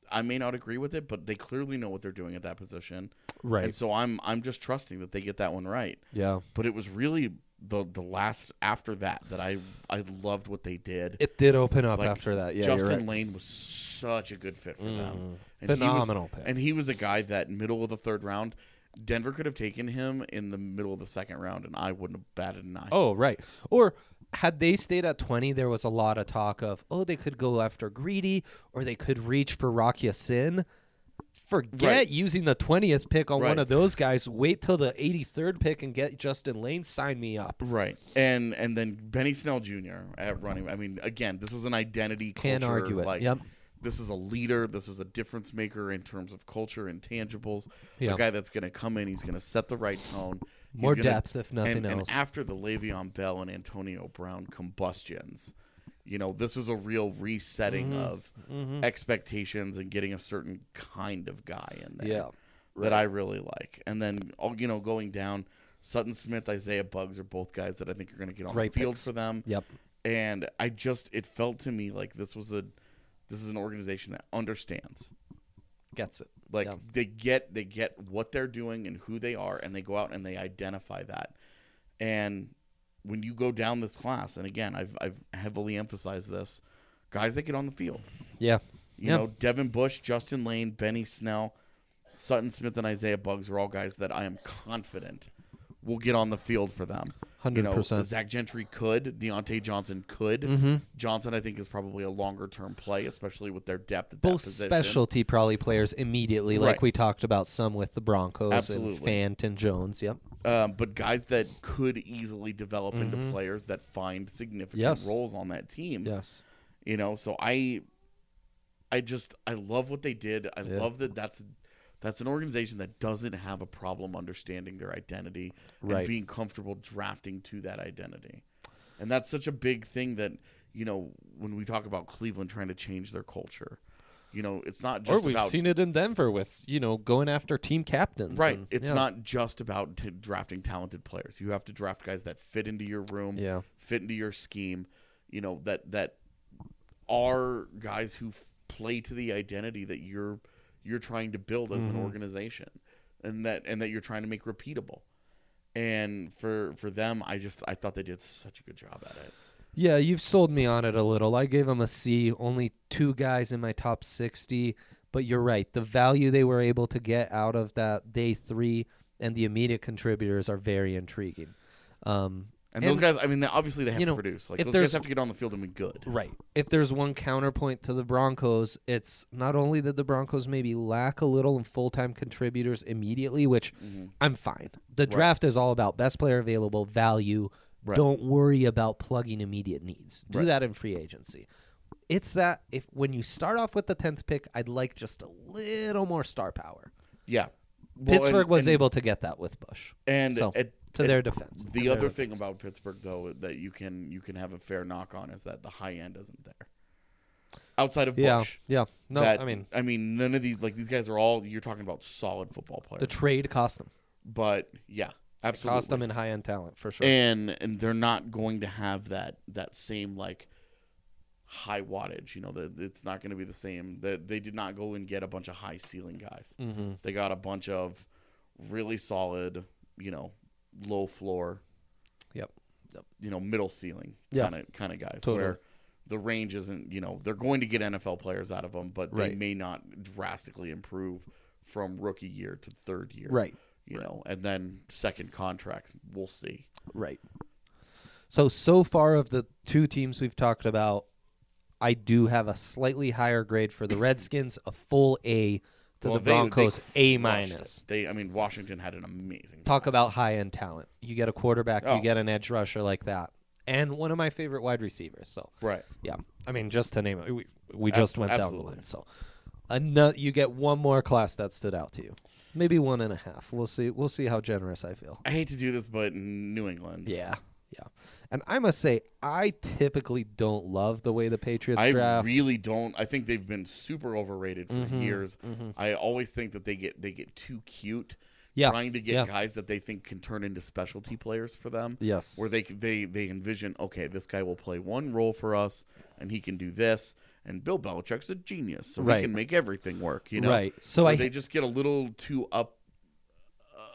I may not agree with it, but they clearly know what they're doing at that position, Right. and so I'm I'm just trusting that they get that one right. yeah. But it was really the the last after that that I I loved what they did. It did open up Like, after that. Yeah. Justin you're right. Mm-hmm. Lane was such a good fit for them. And Phenomenal he was, pick. And he was a guy that middle of the third round, Denver could have taken him in the middle of the second round, and I wouldn't have batted an eye. Oh, right. Or had they stayed at 20, there was a lot of talk of, oh, they could go after Greedy or they could reach for Rocky Sin. Forget Right. using the 20th pick on one Right. of those guys. Wait till the 83rd pick and get Justin Lane. Sign me up. Right, and and then Benny Snell Jr. at running. I mean, again, this is an identity. Can't culture, argue it. Like, Yep. This is a leader. This is a difference maker in terms of culture and tangibles. Yeah. A guy that's going to come in. He's going to set the right tone. He's More gonna- depth, if nothing and- else. And after the Le'Veon Bell and Antonio Brown combustions, you know, this is a real resetting Mm-hmm. of expectations and getting a certain kind of guy in there Yeah. that I really like. And then, all- you know, going down, Sutton Smith, Isaiah Bugs are both guys that I think are going to get on Great the field picks. for them. Yep. And I just, it felt to me like this was a, this is an organization that understands. Gets it. Like Yeah. they get, they get what they're doing and who they are, and they go out and they identify that. And when you go down this class, and again, I've, I've heavily emphasized this, guys that get on the field. Yeah. You Yeah. know, Devin Bush, Justin Lane, Benny Snell, Sutton Smith, and Isaiah Bugs are all guys that I am confident will get on the field for them. hundred You know, percent. Zach Gentry could, Deontay Johnson could. Mhm. Johnson, I think, is probably a longer term play, especially with their depth at Both that position. specialty probably players immediately, like Right. we talked about some with the Broncos Absolutely. and Fant and Jones. Yep. um, but guys that could easily develop into players that find significant Mm-hmm. Yes. roles on that team. Yes. You know, so I, I just I love what they did. I Yeah. love that that's that's an organization that doesn't have a problem understanding their identity Right. and being comfortable drafting to that identity, and that's such a big thing that you know when we talk about Cleveland trying to change their culture. You know, it's not just or we've about seen it in Denver with you know going after team captains. Right. and- it's yeah. not just about t- drafting talented players. You have to draft guys that fit into your room, Yeah. fit into your scheme, you know, that that are guys who f- play to the identity that you're you're trying to build as Mm-hmm. an organization and that and that you're trying to make repeatable. And for for them, I just I thought they did such a good job at it. Yeah, you've sold me on it a little. I gave them a C. Only two guys in my top 60, but you're right. The value they were able to get out of that day three and the immediate contributors are very intriguing. Um, And, those guys, I mean, they, obviously they have you know, to produce. Like if those there's- guys have to get on the field and be good. Right. If there's one counterpoint to the Broncos, it's not only that the Broncos maybe lack a little in full time contributors immediately, which Mm-hmm. I'm fine. The draft is all about best player available, value. Right. Don't worry about plugging immediate needs. Do Right. that in free agency. It's that if when you start off with the tenth pick, I'd like just a little more star power. Yeah. Well, and- Pittsburgh was and- able to get that with Bush. and So, at- to at- their defense. to The their other thing defense. about Pittsburgh, though, that you can you can have a fair knock on is that the high end isn't there. Outside of yeah, Bush, yeah. No, that- I mean I mean, none of these like these guys are all you're talking about solid football players, the trade cost them. but yeah, absolutely, Cost them in high end talent for sure. and and they're not going to have that that same like high wattage. You know, that it's not going to be the same. That they did not go and get a bunch of high ceiling guys. Mhm. They got a bunch of really solid, you know, low floor Yep. you know middle ceiling Yeah. kind of kind of guys Totally. where the range isn't you know they're going to get NFL players out of them, but they Right. may not drastically improve from rookie year to third year, Right. You know, and then second contracts, we'll see. Right. So so far of the two teams we've talked about, I do have a slightly higher grade for the Redskins, a full A to Well, the they- they Broncos, A crushed E minus. it. They, I mean, Washington had an amazing Talk about high end talent. You get a quarterback, Oh. you get an edge rusher like that, and one of my favorite wide receivers. So right. yeah, I mean just to name it, we, we just Abs- went down the absolutely. line. So another, you get one more class that stood out to you, maybe one and a half. We'll see. We'll see how generous I feel. I hate to do this, but New England, Yeah. Yeah. And I must say, I typically don't love the way the Patriots I draft. Mm-hmm, really don't. I think they've been super overrated for years. I always think that they get they get too cute. Yeah, trying to get yeah. guys that they think can turn into specialty players for them. Yes. where they they they envision okay, this guy will play one role for us, and he can do this. And Bill Belichick's a genius, so Right. he can make everything work. You know, Right. So Where I- they just get a little too up.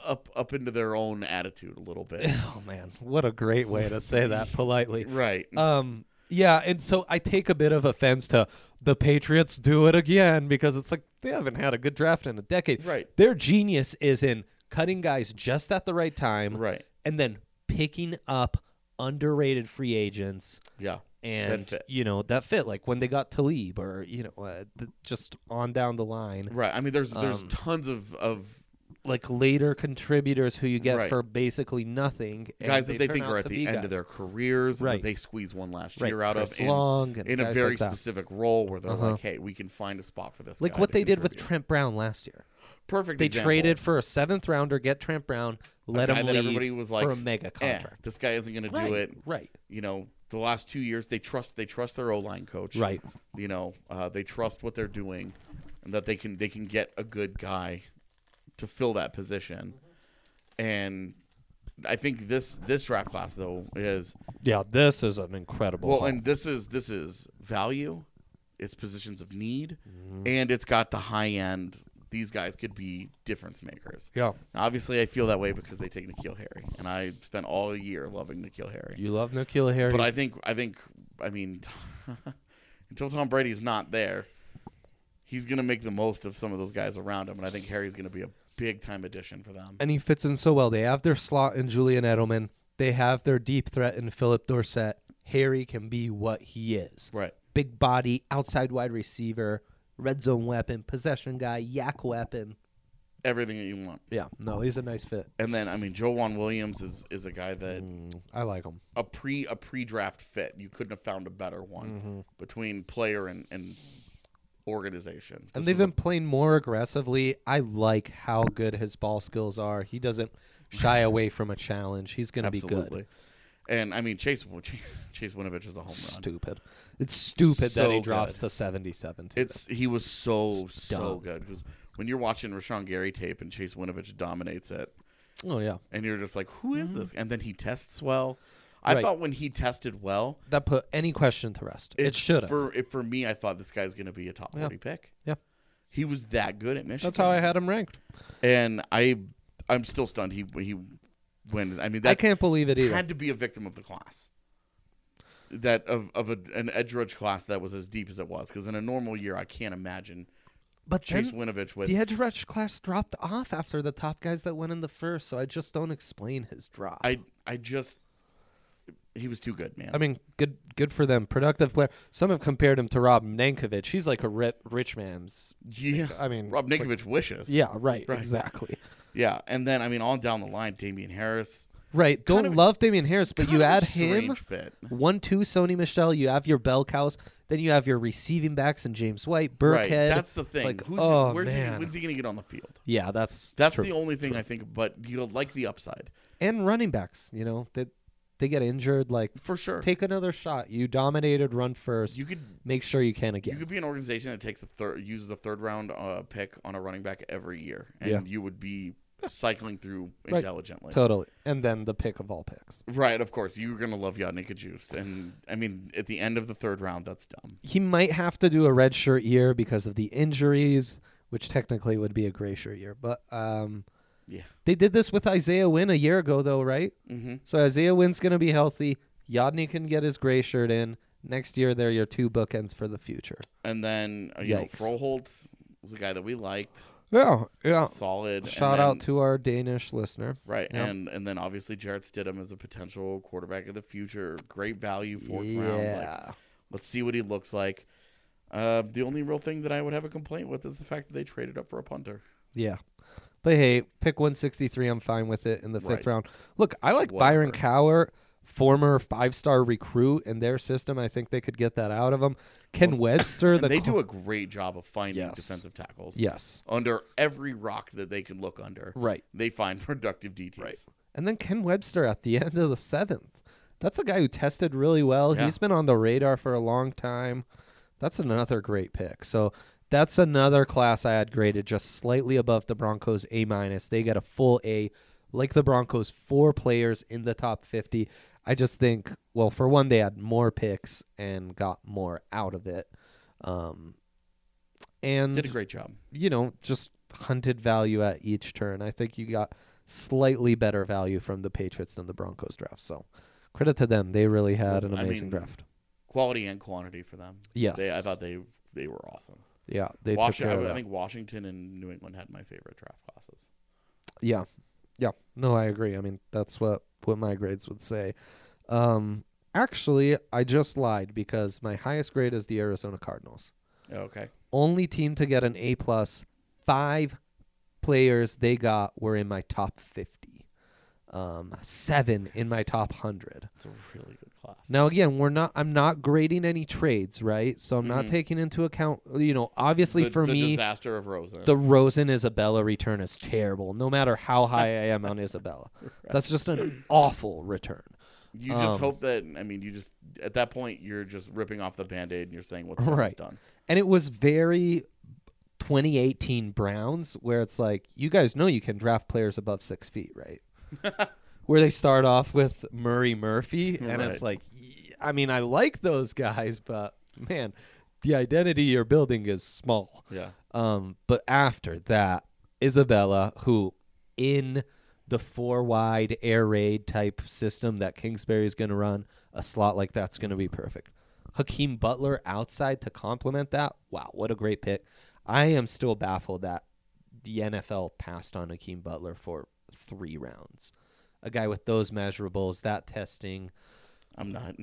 Up, up into their own attitude a little *laughs* bit, oh man, what a great way to say *laughs* that politely. right? Um yeah, and so I take a bit of offense to the Patriots do it again because it's like they haven't had a good draft in a decade. Right. Their genius is in cutting guys just at the right time. Right. And then picking up underrated free agents. yeah, and fit. you know that fit like when they got Talib or you know uh, th- just on down the line right. I mean, there's there's Um, tons of of like later contributors who you get Right. for basically nothing and guys that they turn think out are at to the be end guys. of their careers and Right. that they squeeze one last Right, year out Chris of in, Long and in a guys very like that. specific role where they're Uh-huh. like, hey, we can find a spot for this. like guy what to they did with contribute." Trent Brown last year perfect. they example. traded for a seventh rounder get Trent Brown let a guy him that leave everybody was like for a mega "Eh, contract this guy isn't going to right do it. right You know, the last two years they trust they trust their O line coach. Right. You know, uh, they trust what they're doing, and that they can they can get a good guy to fill that position. And I think this this draft class though is yeah this is an incredible Well, haul. and this is this is value, it's positions of need, Mm-hmm. and it's got the high end. These guys could be difference makers. yeah Now, obviously, I feel that way because they take Nikhil Harry, and I spent all year loving Nikhil Harry. you love Nikhil Harry But I think I think I mean, *laughs* until Tom Brady's not there, he's gonna make the most of some of those guys around him, and I think Harry's gonna be a big time addition for them. and he fits in so well. They have their slot in Julian Edelman. They have their deep threat in Philip Dorsett. Harry can be what he is. Right. Big body, outside wide receiver, red zone weapon, possession guy, yak weapon. Everything that you want. Yeah, no, he's a nice fit. And then I mean, Joe Juan Williams is is a guy that I like him. a pre a pre draft fit. You couldn't have found a better one Mm-hmm. between player and, and organization. And This they've was been playing more aggressively. I like how good his ball skills are. He doesn't *laughs* shy away from a challenge. He's going to be good. And I mean, Chase *laughs* Chase, Chase Winovich is a home run. Stupid. It's stupid that he So drops good. to 77. today. It's he was so so dumb. good because when you're watching Rashawn Gary tape and Chase Winovich dominates it, oh, yeah. and you're just like, who is this? And then he tests well. I Mm-hmm. Right. thought when he tested well, That put any question to rest. It, should have. For it, for me, I thought this guy's going to be a top forty pick. Yeah. He was that good at Michigan. That's how I had him ranked. and I I'm still stunned. He he went. I mean, that I can't believe it either. had to be a victim of the class. That of of a, an edge rush class that was as deep as it was. Because in a normal year, I can't imagine but Chase then Winovich with. the edge rush class dropped off after the top guys that went in the first, so I just don't explain his drop. I I just he was too good, man. I mean, good good for them. Productive player. Some have compared him to Rob Nankovich. He's like a rip, rich man's. yeah. I mean, Rob like- Ninkovich wishes. Yeah, right, Right. Exactly. yeah, and then I mean, all down the line, Damian Harris. Right. Don't of- love Damian Harris, but kind you of a add strange him fit. one two Sony Michelle. You have your bell cows. Then you have your receiving backs and James White, Burkhead. Right, that's the thing. Like, Who's oh where's man. he? When's he gonna get on the field? yeah, that's That's true. the only thing I think. But you like the upside and running backs. You know they they get injured. Like for sure. take another shot. You dominated. Run first. you could make sure you can again. You could be an organization that takes a third uses a third round uh, pick on a running back every year, and Yeah. you would be cycling through Right. intelligently. totally. And then the pick of all picks. Right, of course. You're gonna love Yadnika Juiced, and I mean, at the end of the third round, that's dumb. He might have to do a red shirt year because of the injuries, which technically would be a gray shirt year. But um, Yeah. They did this with Isaiah Wynn a year ago, though, right? Mm-hmm. So Isaiah Wynn's going to be healthy. Yodney can get his gray shirt in. Next year, they're your two bookends for the future. And then uh, you know, Yikes. Froholt was a guy that we liked, Yeah, yeah. solid. and Oh, Shout out then- to our Danish listener. right, yeah. and and then obviously Jarrett Stidham is a potential quarterback of the future, great value fourth round. like, yeah. Let's see what he looks like. Uh, the only real thing that I would have a complaint with is the fact that they traded up for a punter. Yeah. But hey, pick 163. I'm fine with it in the fifth Right. round. Look, I like Byron Cowher, former five star recruit in their system. I think they could get that out of him. Ken Webster, *laughs* the And they co- do a great job of finding Yes. defensive tackles. yes, Under every rock that they can look under, right. they find *laughs* productive DTs. Right. And then Ken Webster at the *laughs* end of the seventh. That's a guy who tested really well. Yeah. He's been on the radar for a long time. That's another great pick. So that's another class I had graded just slightly above the Broncos A minus. They get a full A, like the Broncos, four players in the top fifty. I just think, well, for one, they had more picks and got more out of it. Um, and Did a great job. you know, just hunted value at each turn. I think you got slightly better value from the Patriots than the Broncos draft. So credit to them. They really had an I amazing mean, draft. Quality and quantity for them. Yes. They, I thought they they were awesome. Yeah. They Washi- took care I, of would- I that. think Washington and New England had my favorite draft classes. Yeah. Yeah. No, I agree. I mean, that's what, what my grades would say. Um, actually, I just lied because my highest grade is the Arizona Cardinals. Okay. Only team to get an A plus. Five players they got were in my top 50. Um, seven in my top 100. It's a really good class. Now again, we're not. I'm not grading any trades, right? So I'm not taking into account. You know, obviously Mm-hmm. the, for the me, disaster of Rosen. the Rosen Isabella return is terrible. No matter *laughs* how high I am on Isabella, that's just an awful return. you just um, hope that, I mean, you just, at that point, you're just ripping off the band aid and you're saying what's done is *laughs* Right. done. And it was very 2018 Browns, where it's like, you guys know you can draft players above six feet, right? where they start off with Murray Murphy, and it's like, y- I mean, I like those guys, but man, the identity you're building is small. Yeah. Um, but after that, Isabella, who in the four wide air raid type system that Kingsbury is going to run, a slot like that's going to be perfect. Hakeem Butler outside to complement that. Wow, what a great pick. I am still baffled that the NFL passed on Hakeem Butler for three rounds. a guy with those measurables, that testing. I'm not.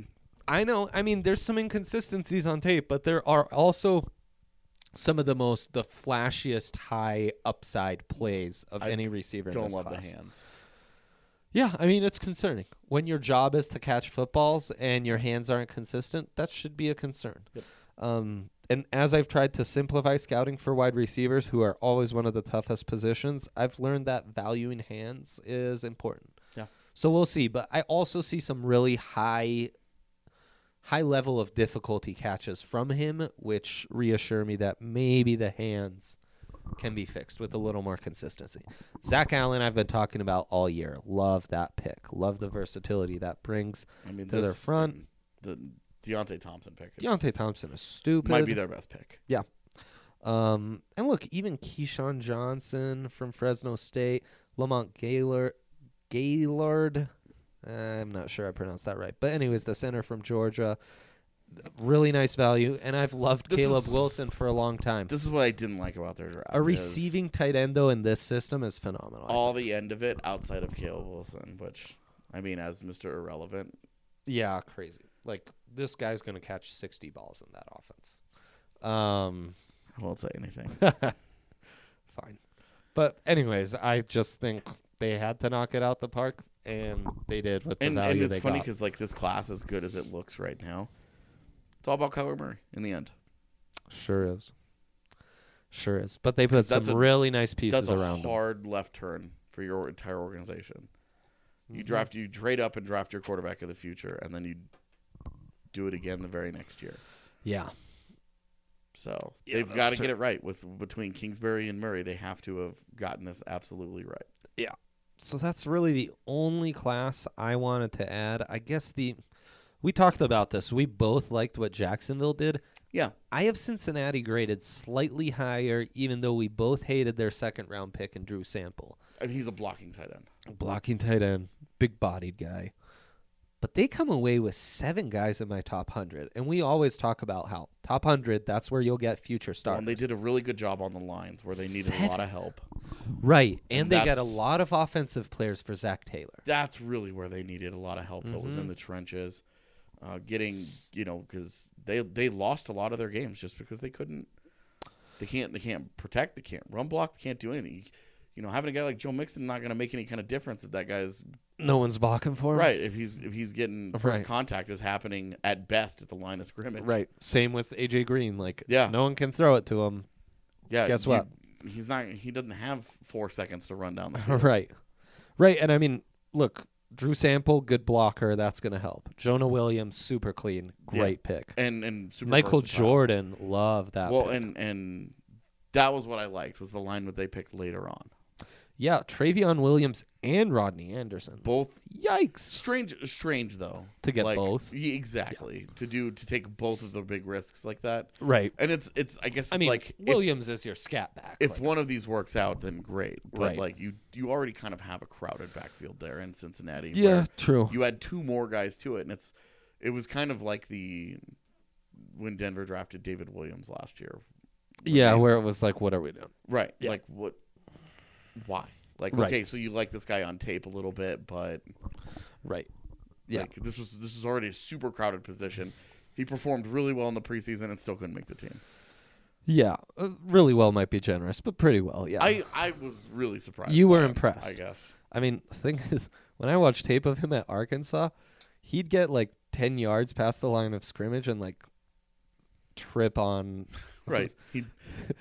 I know. I mean, there's some inconsistencies on tape, but there are also some of the most the flashiest high upside plays of I any receiver. in Don't this love class. the hands. Yeah, I mean, it's concerning when your job is to catch footballs and your hands aren't consistent. That should be a concern. Um, and as I've tried to simplify scouting for wide receivers, who are always one of the toughest positions, I've learned that valuing hands is important. Yeah. So we'll see. But I also see some really high, high level of difficulty catches from him, which reassure me that maybe the hands can be fixed with a little more consistency. Zach Allen, I've been talking about all year. Love that pick. Love the versatility that brings I mean, to their this- front. The Deontay Thompson pick. is- Deontay Thompson is stupid. might be their best pick. Um, and look, even Keyshawn Johnson from Fresno State, Lamont Gaylor, Gaylord. uh, I'm not sure I pronounced that right, but anyways, the center from Georgia, really nice value, and I've loved This Caleb is- Wilson for a long time. This is what I didn't like about their draft. A is receiving tight end though in this system is phenomenal. I all the end of it outside of Caleb Wilson, which I mean, as Mr. Irrelevant, Yeah, crazy. Like this guy's gonna catch sixty balls in that offense. Um, I won't say *laughs* anything. fine. But anyways, I just think they had to knock it out the park, and they did with the and and value it's they funny got. because like this class, as good as it looks right now, it's all about Kyler Murray in the end. Sure is. Sure is. But they put that's some a- really nice That's pieces a around him. hard left turn for your entire organization. Mm-hmm. You draft, you trade up and draft your quarterback of the future, and then you do it again the very next year. Yeah. So Yeah, they've that's got to true. get it right with between Kingsbury and Murray. They have to have gotten this absolutely right. So that's really the only class I wanted to add. I guess the we talked about this. We both liked what Jacksonville did. Yeah, I have Cincinnati graded slightly higher, even though we both hated their second round pick and Drew Sample. I mean, he's a blocking tight end. Blocking tight end, big bodied guy. But they come away with seven guys in my top 100. And we always talk about how top 100, that's where you'll get future Well, stars. and they did a really good job on the lines where they needed a lot of help. Right. And, And they got a that's- lot of offensive players for Zach Taylor. That's really where they needed a lot of help. That was Mm-hmm. in the trenches, uh, getting you know because they they lost a lot of their games just because they couldn't. They can't. They can't protect. They can't run block. They can't do anything. You know, having a guy like Joe Mixon not going to make any kind of difference if that guy's No one's blocking for him. right. If he's if he's getting first Right. contact is happening at best at the line of scrimmage. Right. Same with AJ Green. Like Yeah. no one can throw it to him. Yeah. Guess you- what? He's not. He doesn't have four seconds to run *laughs* down the field. right. Right. And I mean, look, Drew Sample, good blocker, that's gonna help. Jonah Williams, super clean, Yeah. great pick. and and super Michael versatile. Jordan, love that Well, pick. and and that was what I liked was the line that they picked later on. yeah, Travion Williams and Rodney Anderson. Both Yikes. strange, strange though To get both? y- exactly to do to take both of the big risks like that. Right. And it's it's I guess it's I mean like if- Williams is your scat back. if, like- one of these works out, then great. But Right. like you you already kind of have a crowded backfield there in Cincinnati. Yeah, where true. you add two more guys to it, and it's it was kind of like the when Denver drafted David Williams last year. when yeah, they- where it was like, what are we doing? Right. Like what? Why? Like Right. okay, so you like this guy on tape a little bit, but Right. Yeah. like this was this is already a super crowded position. He performed really well in the preseason and still couldn't make the team. Yeah, uh, really well might be generous, but pretty well. Yeah, I I was really surprised. You by were him, impressed. I guess. I mean, the thing *laughs* is, when I watched tape of him at Arkansas, he'd get like ten yards past the line of scrimmage and like trip on Right. He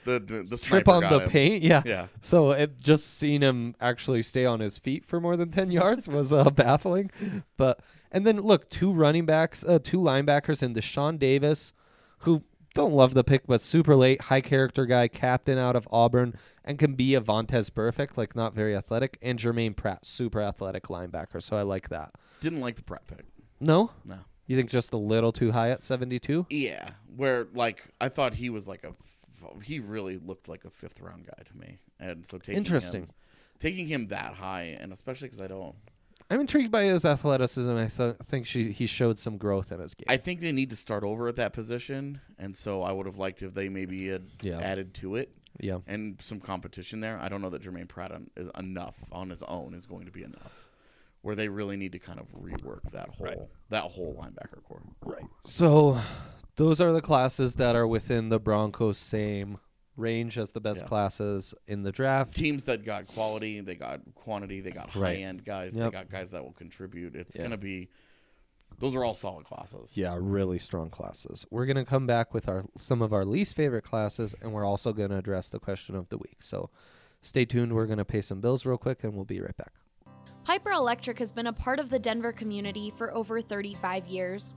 the the, the trip sniper on got the him. paint. Yeah, Yeah. So it just seeing him actually stay on his feet for more than ten *laughs* yards was uh, baffling. But and then look, two running backs, uh, two linebackers, and Deshaun Davis, who don't love the pick, but super late, high character guy, captain out of Auburn, and can be a Vontez perfect, like not very athletic, and Jermaine Pratt, super athletic linebacker. So I like that. Didn't like the prep pick. No, No. you think just a little too high at seventy two? Yeah, where like I thought he was like a f- he really looked like a fifth round guy to me, and so taking Interesting. him, taking him that high, and especially because I don't I'm intrigued by his athleticism. I th- think she, he showed some growth in his game. I think they need to start over at that position, and so I would have liked if they maybe had Yeah. added to it yeah. and some competition there. I don't know that Jermaine Pratt on, is enough on his own is going to be enough. where they really need to kind of rework that whole that whole linebacker core. Right. So those are the classes that are within the Broncos' same range as the best Yeah. classes in the draft. Teams that got quality, they got quantity, they got high Right. end guys, Yep. they got guys that will contribute. It's Yeah. gonna be those are all solid classes. Yeah, really strong classes. We're gonna come back with our some of our least favorite classes, and we're also gonna address the question of the week. So stay tuned. We're gonna pay some bills real quick, and we'll be right back. Piper Electric has been a part of the Denver community for over 35 years.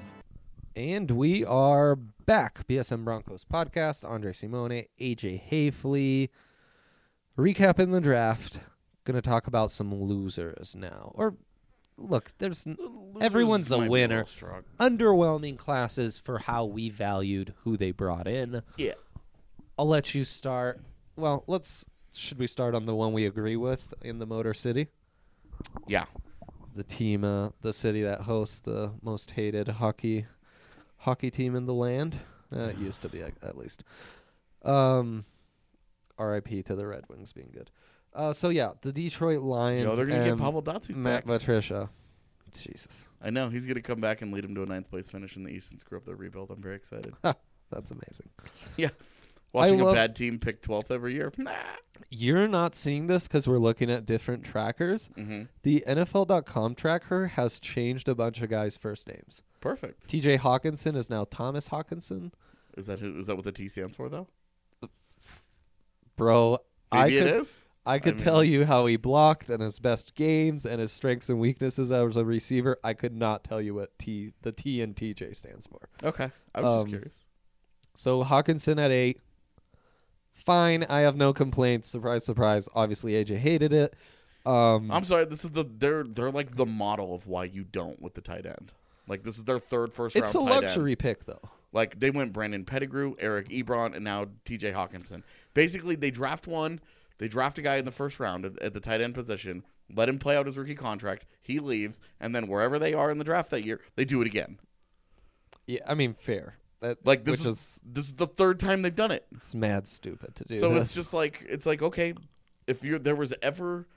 And we are back. BSM Broncos podcast. Andre Simone, AJ Hayfley. Recapping the draft. Gonna talk about some losers now. Or look, there's n- everyone's Losers might a be winner. little strong. Underwhelming classes for how we valued who they brought in. Yeah. I'll let you start. Well, let's. Should we start on the one we agree with in the Motor City? Yeah. the team, uh, the city that hosts the most hated hockey hockey team in the land. Uh, it used to be at at least. Um, R.I.P. to the Red Wings being good. Uh, so yeah, the Detroit Lions. You know, they're gonna get and Pavel Datsyuk Matt back. Patricia. Jesus, I know he's gonna come back and lead them to a ninth place finish in the East and screw up their rebuild. I'm very *laughs* excited. that's amazing. yeah. Watching love- a bad team pick 12th every year. Nah. You're not seeing this because we're looking at different trackers. Mhm. The NFL.com tracker has changed a bunch of guys' first names. Perfect. T.J. Hawkinson is now Thomas Hawkinson. Is that who, is that what the T stands for though? Bro, I Maybe could, it is. I could mean- tell you how he blocked and his best games and his strengths and weaknesses as a receiver. I could not tell you what T the T and TJ stands for. Okay. I was Um, just curious. So Hawkinson at eight. Fine, I have no complaints. Surprise, surprise. Obviously, AJ hated it. Um, I'm sorry. This is the they're they're like the model of why you don't with the tight end. Like this is their third first it's a round. tight luxury End. pick, though. Like they went Brandon Pettigrew, Eric Ebron, and now T.J. Hawkinson. Basically, they draft one. They draft a guy in the first round at, at the tight end position. Let him play out his rookie contract. He leaves, and then wherever they are in the draft that year, they do it again. Yeah, I mean, fair. That Like this which is, this is the third time they've done it. it's mad stupid to do. so this. it's just like it's like okay, if you there was ever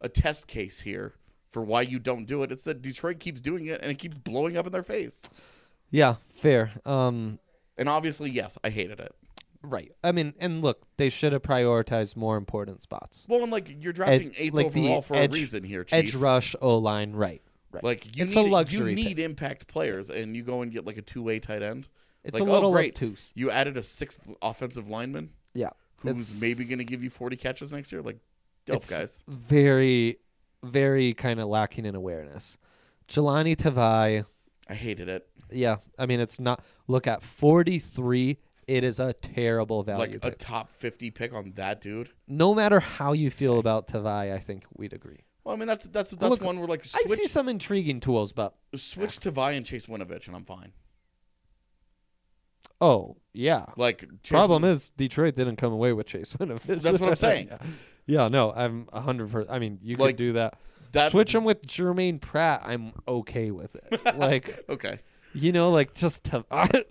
a test case here for why you don't do it, it's that Detroit keeps doing it and it keeps blowing up in their face. yeah, fair. Um, And obviously, yes, I hated it. right. I mean, and look, they should have prioritized more important spots. Well, and like you're drafting Edge- eighth like the overall for edge- a reason here, Chief. Edge rush, O line, right. Right. Like you It's a need luxury you pick. need impact players, and you go and get like a two way tight end. It's Like, a oh, little great. obtuse. You added a sixth offensive lineman Yeah. who's It's- maybe going to give you 40 catches next year. Like, dope it's guys. Very, very kind of lacking in awareness. Jelani Tavai, I hated it. yeah. I mean, it's not. Look at 43. It is a terrible value Like a pick. top 50 pick on that dude. no matter how you feel about Tavai, I think we'd agree. Well, I mean that's that's that's Look, one where like I see switch some intriguing tools, but switch Tavai and Chase Winovich, and I'm fine. oh yeah. Like Chase Problem is Detroit didn't come away with Chase *laughs* Winovich. That's what I'm saying. *laughs* yeah, no, I'm hundred percent. I mean, you could Like, do that. that- Switch him with Jermaine Pratt. I'm okay *laughs* with it. like okay, You know, like just to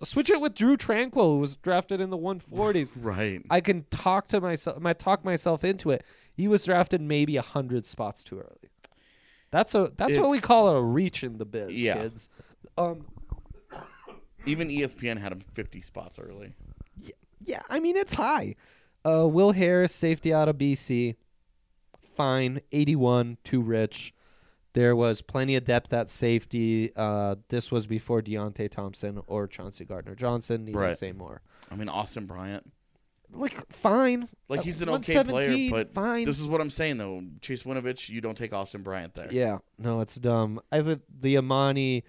switch it with Drew Tranquil, who was drafted in the 140s. right? I can talk to myself, my talk myself into it. He was drafted maybe a hundred spots too early. That's a that's what we It's- call a reach in the biz, Yeah. kids. Um, Even E ESPN had him 50 spots early. yeah, I mean it's high. Uh, Will Harris, safety out of BC, fine, eighty-one, too rich. There was plenty of depth at safety. Uh, this was before Deontay Thompson or Chauncey Gardner Johnson. Need to Right. say more. I mean, Austin Bryant. Like fine, Like, Uh, he's an okay player, 117, but fine. this is what I'm saying, though. Chase Winovich, you don't take Austin Bryant there. Yeah, no, it's dumb. I think the Amani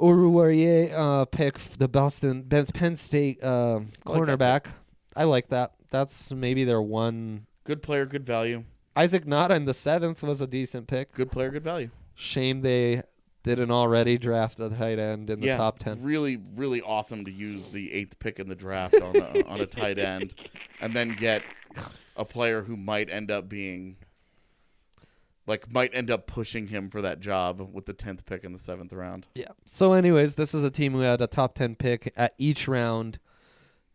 Uruwarie uh, pick, f- the Boston Ben's Penn State uh, cornerback. I like that. That's maybe their one. Good player, good value. Isaac Nata in the seventh was a decent pick. Good player, good value. Shame they didn't already draft a tight end in the yeah, top ten. Really, really awesome to use the eighth pick in the draft on a, on a tight *laughs* end, and then get a player who might end up being like might end up pushing him for that job with the tenth pick in the seventh round. Yeah. So, anyways, this is a team who had a top 10 pick at each round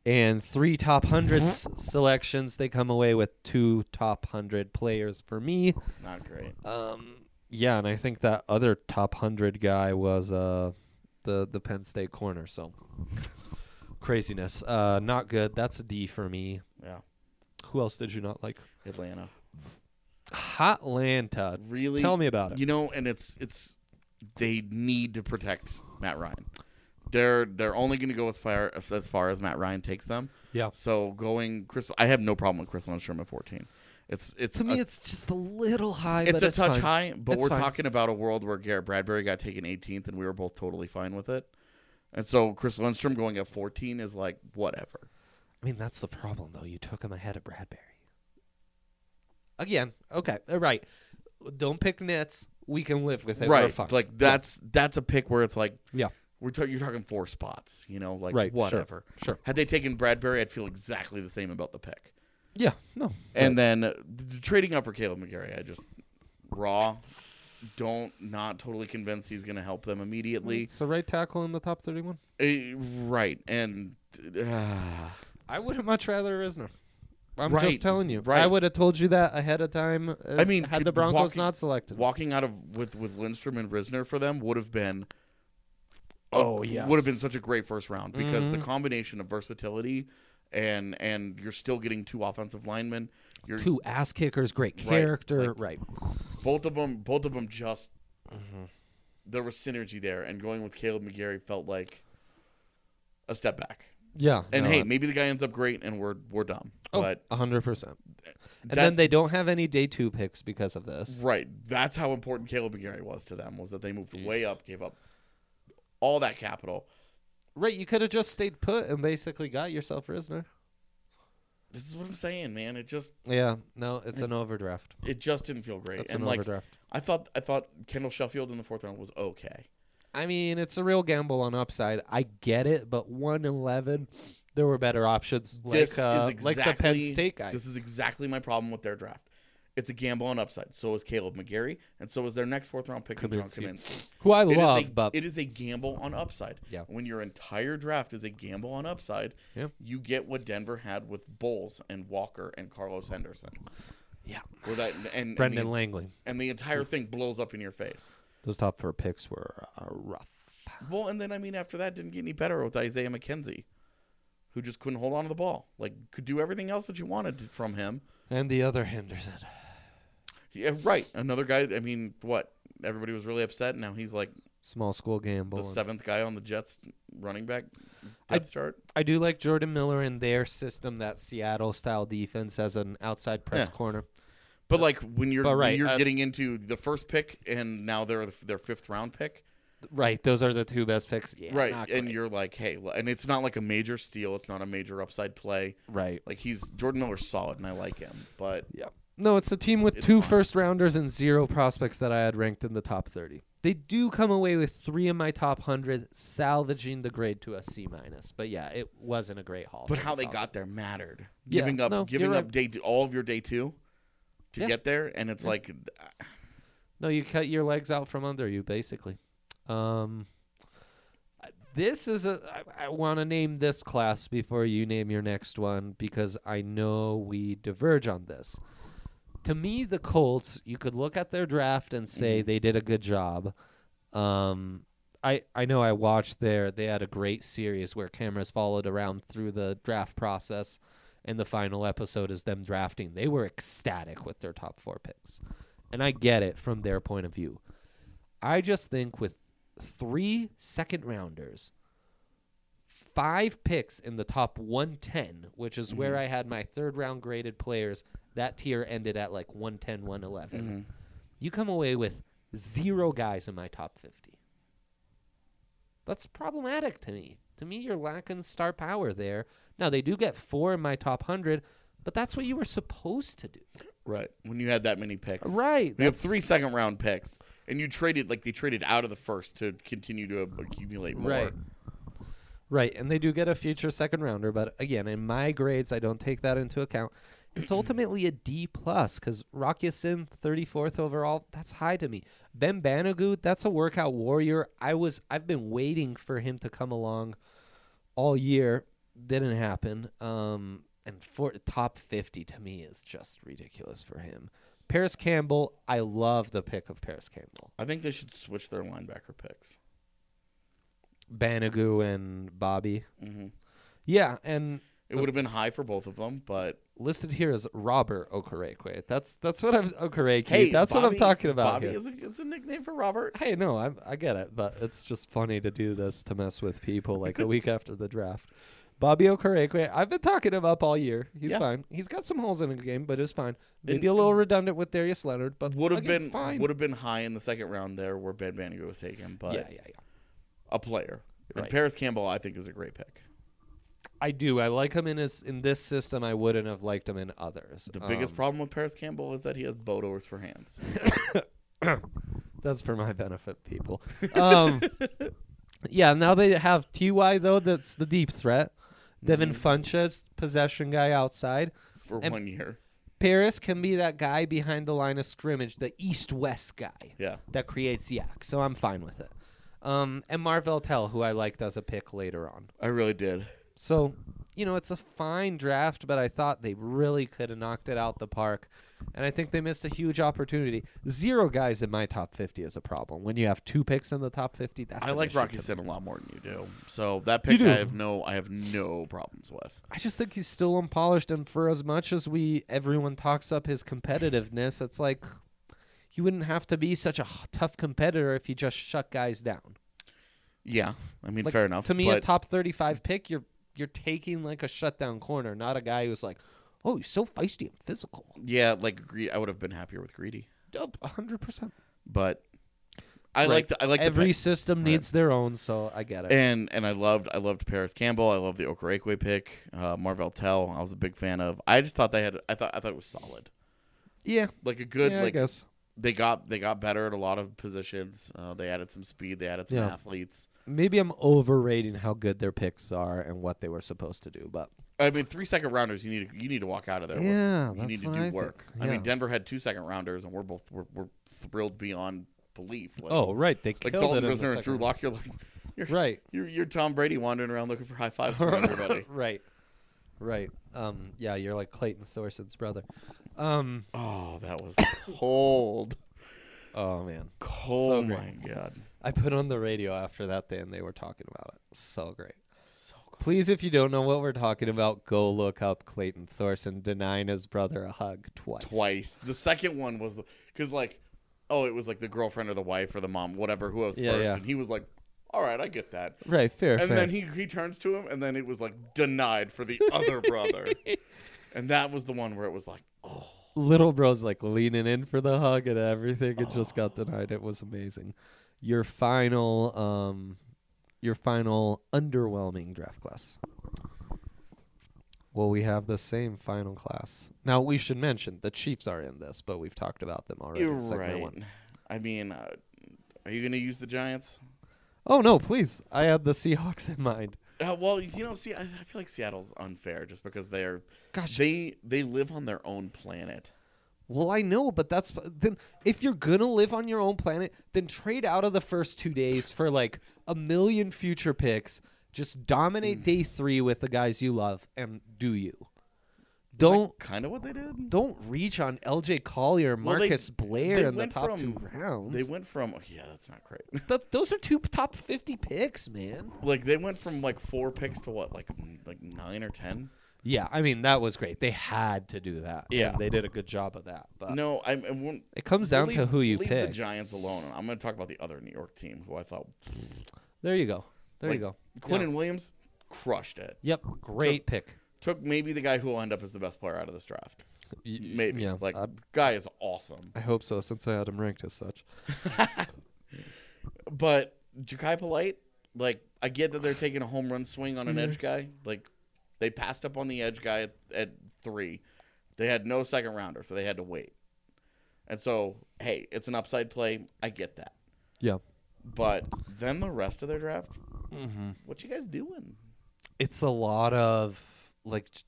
and three top 100 s- selections. They come away with two top 100 players for me. Not great. Um, yeah, and I think that other top 100 guy was uh, the, the Penn State corner. So, craziness. Uh, not good. That's a D for me. Yeah, Who else did you not like? Atlanta. Hotlanta. Really, Tell me about it. You know, and it's it's they need to protect Matt Ryan. They're they're only going to go as far as far as Matt Ryan takes them. yeah. So going Chris, I have no problem with Chris Lundstrom at fourteen. It's it's To me, a- it's just a little high. Uh, it's but a it's touch fine. high, but It's we're fine. talking about a world where Garrett Bradbury got taken 18th, and we were both totally fine with it. And so Chris Lindstrom going at 14 is like whatever. I mean, that's the problem, though. You took him ahead of Bradbury. Again, okay, all right. Don't pick nits. We can live with it. We're fine. Like that's that's a pick where it's like Yeah. we're ta- you're talking four spots, you know, like Right, sure, whatever. sure. Had they taken Bradbury, I'd feel exactly the same about the pick. yeah, no. And then uh, th- th- trading up for Caleb McGarry, I just raw. Don't not totally convinced he's going to help them immediately. it's the right tackle in the top thirty-one. Uh, right, and uh, I would have much rather Risner. I'm Right, just telling you. I right. would have told you that ahead of time. uh, I mean, had could the Broncos walk- not selected. walking out of with with Lindstrom and Risner for them would have been Oh, yeah, yes. Mm-hmm. would have been such a great first round because the combination of versatility and and you're still getting two offensive linemen. You're Two ass kickers, great Right, character. like- Right. both of them both of them just Mm-hmm. there was synergy there and going with Caleb McGarry felt like a step back. Yeah. And no, hey, I- maybe the guy ends up great and we're we're dumb. oh, But hundred percent. And that- then they don't have any day two picks because of this. Right. That's how important Caleb McGarry was to them was that they moved way up, gave up all that capital. Right. You could have just stayed put and basically got yourself Risner. This is what I'm saying, man. It just Yeah, no, it's an overdraft. it just didn't feel great. That's and an like overdraft. I thought I thought Kendall Sheffield in the fourth round was okay. I mean, it's a real gamble on upside. I get it, but one eleven, there were better options. Like this uh, is like exactly the Penn State guy. This is exactly my problem with their draft. It's a gamble on upside. So is Caleb McGarry, and so is their next fourth round pick, in John Kaminsky. Kaminsky. who I It is a- love, but it is a gamble on upside. Yeah. When your entire draft is a gamble on upside, Yeah. you get what Denver had with Bowles and Walker and Carlos Henderson. yeah, Where that and Brendan and the, Langley. and the entire thing blows up in your face. Those top four picks were uh, rough. Well, and then I mean, after that, didn't get any better with Isaiah McKenzie, who just couldn't hold on to the ball. Like, could do everything else that you wanted from him. And the other Henderson. Yeah, eh, right. Another guy. I mean, what? Everybody was really upset. Now he's like Small school gamble. the seventh guy on the Jets running back I- depth chart. I do like Jordan Miller in their system, that Seattle style defense as an outside press Yeah. corner. But like when you're But right, when you're uh, getting into the first pick, and now they're their fifth round pick, Right, those are the two best picks. Yeah, right? not And great. you're like, hey, l- and it's not like a major steal. It's not a major upside play. right. Like he's Jordan Miller's solid, and I like him, but Yeah. No, it's a team with It's two fine. first rounders and zero prospects that I had ranked in the top 30. They do come away with three of my top 100, salvaging the grade to a C minus. But yeah, it wasn't a great haul. But for how the they got Falcons. there mattered. Oh, Yeah, giving up, no, you're giving up right. day two, all of your day two to Yeah. get there, and it's like, No, you cut your legs out from under you, basically. Um, this is a. I, I want to name this class before you name your next one because I know we diverge on this. to me, the Colts, you could look at their draft and say they did a good job. Um, I I know I watched their they had a great series where cameras followed around through the draft process, and the final episode is them drafting. They were ecstatic with their top four picks, and I get it from their point of view. I just think with three second rounders, five picks in the top 110, which is where I had my third round graded players. That tier ended at like 110, 111. You come away with zero guys in my top 50. That's problematic to me. To me, you're lacking star power there. Now, they do get four in my top 100, but that's what you were supposed to do. Right. When you had that many picks. Right, We have that's- three second round picks, and you traded like they traded out of the first to continue to accumulate more. Right. Right, and they do get a future second rounder, but again, in my grades, I don't take that into account. It's ultimately a D plus because Rockyasin, thirty fourth overall, that's high to me. Ben Banagoo, that's a workout warrior. I was, I've been waiting for him to come along all year. Didn't happen. Um, and for top fifty to me is just ridiculous for him. Paris Campbell, I love the pick of Paris Campbell. I think they should switch their linebacker picks. Banagoo and Bobby. Yeah, and It would have been high for both of them, but listed here as Robert Okereke. That's that's what I'm Okereke. hey, that's what I'm Bobby- talking about. Bobby here. is a, it's a nickname for Robert. hey, no, I I get it, but it's just funny to do this to mess with people like *laughs* a week after the draft. Bobby Okereke, I've been talking him up all year. He's Yeah. fine. He's got some holes in the game, but it's fine. Maybe a little redundant with Darius Leonard, but Would have again, been fine. would have been high in the second round there where Ben Vanigo was taken, but yeah, yeah, yeah. a player. And Right. Paris Campbell, I think, is a great pick. I do. I like him in his in this system. I wouldn't have liked him in others. The biggest Um, problem with Paris Campbell is that he has bow doors for hands. That's for my benefit, people. Um, yeah, now they have Ty though. That's the deep threat. Devin Funches, possession guy outside. for And- one year. Paris can be that guy behind the line of scrimmage, the east-west guy Yeah. that creates yak. So I'm fine with it. Um, and Marvell Tell, who I liked as a pick later on. I really did. So, you know, it's a fine draft, but I thought they really could have knocked it out the park. And I think they missed a huge opportunity. Zero guys in my top 50 is a problem. When you have two picks in the top 50, that's I an like issue Rocky to me. Sin a lot more than you do. So that pick I do. have no I have no problems with. I just think he's still unpolished and for as much as we everyone talks up his competitiveness, it's like he wouldn't have to be such a h- tough competitor if he just shut guys down. Yeah. I mean Like, fair enough. To me, a but top 35 pick, you're you're taking like a shutdown corner, not a guy who's like, "Oh, he's so feisty and physical." Yeah, like Gre- I would have been happier with Greedy. Up 100%. But I like the I like every the pick. system needs their own, so I get it. and and I loved I loved Paris Campbell. I loved the Okereke pick. Uh, Marvell Tell, I was a big fan of. I just thought they had I thought I thought it was solid. yeah, Like a good yeah, I like guess. they got they got better at a lot of positions. Uh, they added some speed, they added some Yeah. athletes. Maybe I'm overrating how good their picks are and what they were supposed to do, but I mean, three second rounders. You need to, you need to walk out of there. with- Yeah, you that's need to what do I think. work. I Yeah. mean, Denver had two second rounders, and we're both we're, we're thrilled beyond belief. Like, Oh, right. They like killed Dalton it in the Risner and Drew second Lock. You're like, *laughs* you're, Right. You're, you're Tom Brady wandering around looking for high fives from *laughs* everybody. right. Right. Um, yeah, you're like Clayton Thorson's brother. Um, oh, that was cold. oh, man. Oh my god. I put on the radio after that day and they were talking about it. So great. Please, if you don't know what we're talking about, go look up Clayton Thorson denying his brother a hug twice. Twice. The second one was the because like, oh, it was like the girlfriend or the wife or the mom, whatever, who was Yeah, first, yeah. and he was like, all right, I get that. Right, fair. and fair. then he, he turns to him, and then it was like denied for the other *laughs* brother, and that was the one where it was like, little bro's like leaning in for the hug and everything and *sighs* just got denied it was amazing your final um your final underwhelming draft class well we have the same final class now we should mention the chiefs are in this but we've talked about them already you're in segment right. one. I mean, uh, are you gonna use the Giants? Oh no please i had the seahawks in mind Uh, well, you know, see, I, I feel like Seattle's unfair just because they're Gosh. they they live on their own planet. well i know but that's then if you're gonna live on your own planet then trade out of the first two days for like a million future Mm. picks just dominate day three with the guys you love and do you don't kind of what they did. don't reach on LJ Collier, Well, they- Marcus they Blair in the went top from- two rounds. They went from oh, yeah, that's not great. *laughs* Th- those are two top 50 picks, man. like they went from like four picks to what, like n- like nine or ten. Yeah, I mean that was great. They had to do that. and Yeah. they did a good job of that. But No, I, I won't. it comes down to leave- who you leave pick. The Giants alone. I'm going to talk about the other New York team who I thought there you go. There you like, go. Quinn and Williams crushed it. Yep, great pick. Took maybe the guy who will end up as the best player out of this draft. Y- y- Maybe. Yeah, like I, guy is awesome. I hope so, since I had him ranked as such. But Ja'Kai Polite, like I get that they're taking a home run swing on an Mm-hmm. edge guy. Like they passed up on the edge guy at, at three. They had no second rounder, so they had to wait. And so, hey, it's an upside play. I get that. Yeah, But then the rest of their draft, what you guys doing? it's a lot of like, j-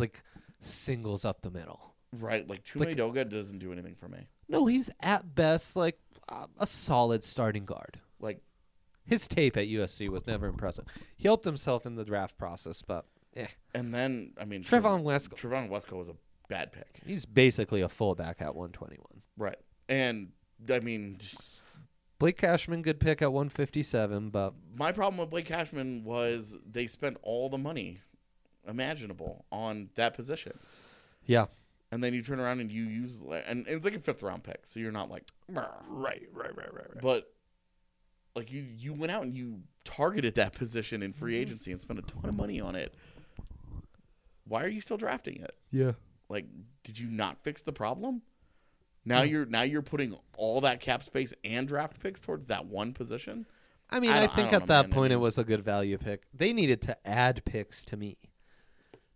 like singles up the middle. Right, like Like- Chumadoga doesn't do anything for me. No, he's at best like uh, a solid starting guard. Like His tape at USC was never impressive. He helped himself in the draft process, but eh. And then, I mean, Trevon Wesco. Trevon Wesco was a bad pick, he's basically a fullback at 121. right? And I mean, just- Blake Cashman, good pick at 157, but my problem with Blake Cashman was they spent all the money imaginable on that position, yeah, and then you turn around and you use and, and it's like a fifth round pick, so you're not like Right, right, right, right, right. but like you you went out and you targeted that position in Mm-hmm. free agency and spent a ton of money on it. Why are you still drafting it? yeah, Like, did you not fix the problem? Now Hmm. you're now you're putting all that cap space and draft picks towards that one position. I mean, I I, don't- I think don't at know, that man. I point it mean- was a good value pick. They needed to add picks to me.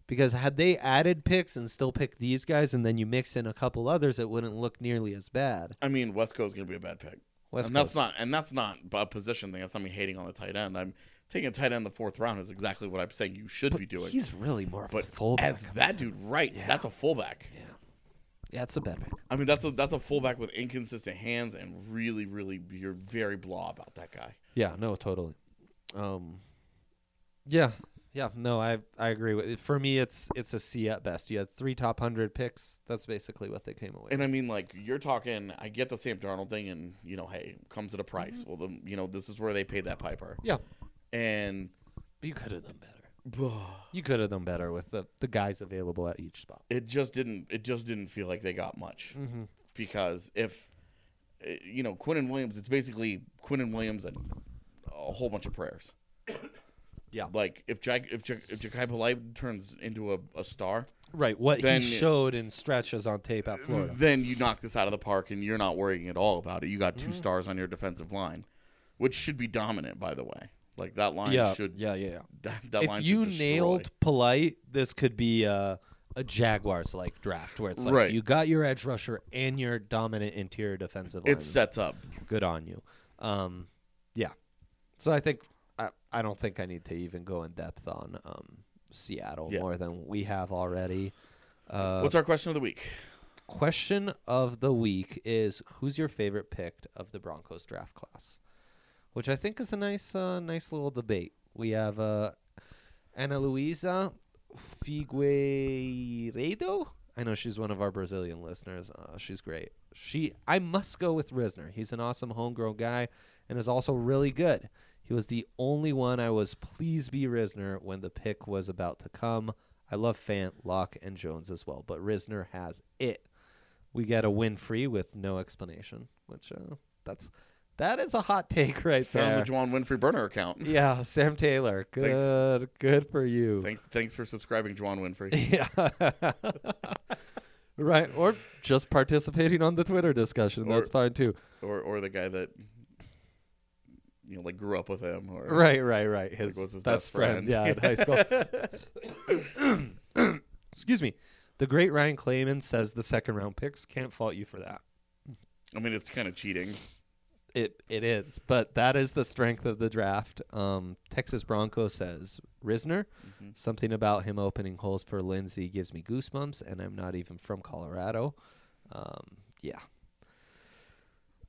Because had they added picks and still picked these guys and then you mix in a couple others, it wouldn't look nearly as bad. I mean, Wesco's going to be a bad pick, West and that's Coast. not and that's not a position thing. That's not me hating on the tight end. I'm taking a tight end in the fourth round is exactly what I'm saying you should be doing. He's really more of a but fullback. as that dude, right? That's a fullback. yeah, it's a bad pick. I mean, that's a that's a fullback with inconsistent hands and really, really, you're very blah about that guy. Yeah, no, totally. Um, yeah, yeah, no, I I agree with it. For me, it's it's a C at best. You had three top hundred picks. That's basically what they came away. And I mean, like you're talking, I get the Sam Darnold thing, and you know, hey, comes at a price. Well, the, you know, this is where they paid that piper, with. Yeah, and but you could have done better. You could have done better with the the guys available at each spot. it just didn't. It just didn't feel like they got much because if eh, you know Quinn and Williams, it's basically Quinn and Williams and a whole bunch of prayers. Yeah. like if Jack if Jack, if Jakai Polite turns into a, a star, Right, what Then- Mm-hmm. he showed in stretches on tape at Florida. then you knock this out of the park and you're not worrying at all about it. You got 2 Mm-hmm. stars on your defensive line, which should be dominant, by the way. Like that line yeah, should. yeah, yeah, yeah. *laughs* That, that line If you should destroy. nailed polite, this could be a, a Jaguars like draft where it's like Right. you got your edge rusher and your dominant interior defensive line. it sets up. good on you. Um, yeah. So I think I, I don't think I need to even go in depth on um, Seattle Yeah. more than we have already. Uh, What's our question of the week? question of the week is who's your favorite pick of the Broncos draft class? Which I think is a nice uh, nice little debate. We have uh, Ana Luisa Figueiredo. I know she's one of our Brazilian listeners. Uh, she's great. She I must go with Risner. He's an awesome homegrown guy and is also really good. He was the only one I was please be Risner when the pick was about to come. I love Fant, Locke, and Jones as well, but Risner has it we get a win free with no explanation, which uh, that's that is a hot take *laughs* right Found there. the Juwan Winfrey burner account. yeah, Sam Taylor, Thanks. good, good for you. Thanks, thanks for subscribing, Juwan *laughs* Winfrey. Yeah, right. Or just participating on the Twitter discussion. Or- that's fine too. or or the guy that you know like grew up with him. Or Right, right, right. His, was his best best, friend. friend. Yeah, in high school. *laughs* *coughs* Excuse me. The great Ryan Clayman says the second round picks can't fault you for that. I mean, it's kind of cheating. It it is, but that is the strength of the draft. Um, Texas Bronco says Risner. Mm-hmm. Something about him opening holes for Lindsey gives me goosebumps, and I'm not even from Colorado. Um, yeah,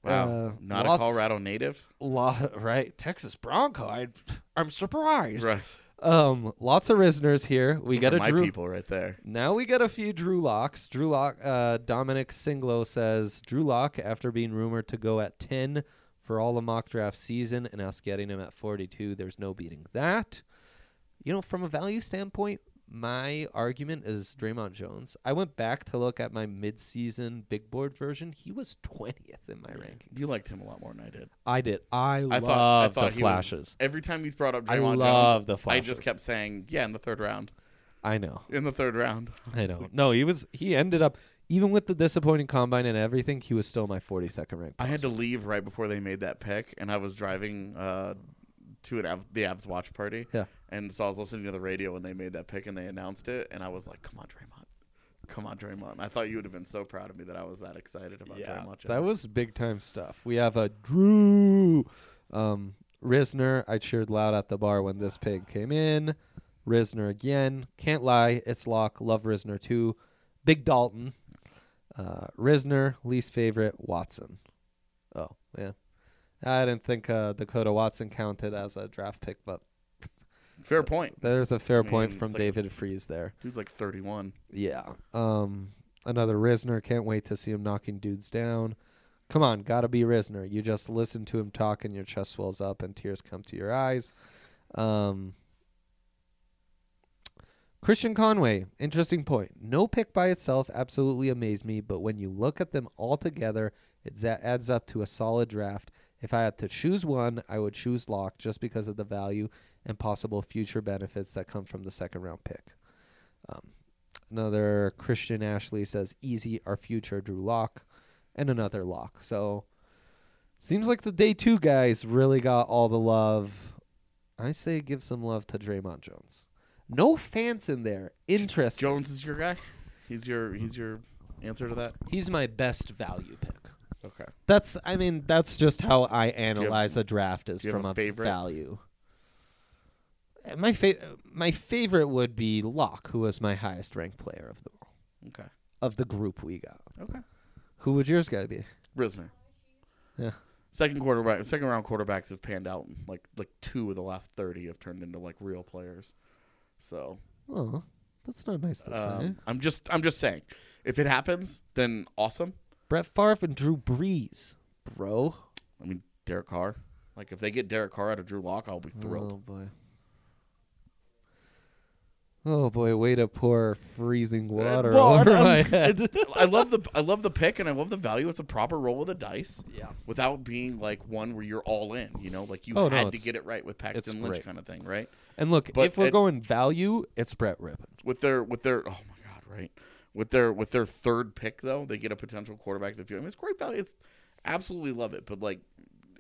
Wow, Uh, not lots- *laughs* a Colorado native. Law, right? Texas Bronco. I I'm surprised. Right. Um, lots of Risners here. We got Those a are my Drew. people right there. Now we got a few Drew Locks. Drew Lock, uh, Dominic Singlo says Drew Lock, after being rumored to go at 10 for all the mock draft season and us getting him at 42, there's no beating that. You know, from a value standpoint, my argument is Draymond Jones. I went back to look at my midseason big board version. He was 20th in my ranking. You liked him a lot more than I did. I did. I, I love thought, I thought the he flashes. Was, every time you brought up Draymond I Jones, love the I just flashes. kept saying, yeah, in the third round. I know. In the third round. *laughs* I know. No, he was. He ended up even with the disappointing combine and everything. He was still my 42nd rank. I had to leave right before they made that pick, and I was driving uh, to an Av- the Avs watch party. Yeah. And so I was listening to the radio when they made that pick and they announced it, and I was like, "Come on, Draymond, come on, Draymond!" I thought you would have been so proud of me that I was that excited about Draymond. that Jones. was big time stuff. We have a Drew um, Risner. I cheered loud at the bar when this pig came in. Risner again. Can't lie. It's lock. Love Risner too. Big Dalton. Uh, Risner least favorite. Watson. Oh yeah. I didn't think uh, Dakota Watson counted as a draft pick, but fair point. there's a fair I point mean, from it's like- David Freeze there. Dude's like 31. Yeah. Um, another Risner. Can't wait to see him knocking dudes down. Come on, gotta be Risner. You just listen to him talk, and your chest swells up, and tears come to your eyes. Um, Christian Conway, interesting point. No pick by itself absolutely amazed me, but when you look at them all together, it za- adds up to a solid draft. If I had to choose one, I would choose Locke just because of the value and possible future benefits that come from the second round pick. Another Christian Ashley says, "Easy, our future Drew Lock," and another Lock. So, seems like the day two guys really got all the love. I say, give some love to Draymond Jones. No fans in there. Interest. Jones is your guy. He's your he's your answer to that. He's my best value pick. Okay. That's. I mean, that's just how I have- analyze a draft is do you have from a favorite? value. Uh, My fa- my favorite would be Locke, who was my highest ranked player of the Okay. of the group we got. Okay. Who would yours guy be? Risner. Yeah. Second quarterback, second round quarterbacks have panned out. Like like two of the last thirty have turned into like real players. So Oh, that's not nice to say. um, I'm just I'm just saying, if it happens, then awesome. Brett Favre and Drew Brees, bro. I mean Derek Carr. Like if they get Derek Carr out of Drew Lock, I'll be thrilled. Oh boy. Oh boy, way to pour freezing water well, over I'm- my I'm- *laughs* head. I love the I love the pick and I love the value. It's a proper roll of the dice. Yeah. Without being like one where you're all in, you know, like you Oh, no, had to it's- get it right with Paxton Lynch great. kind of thing, right? and look, But if we're it- going value, it's Brett Rippon. With their with their oh my god, right? With their with their third pick though, they get a potential quarterback. That I mean, it's great value. It's absolutely love it, but like,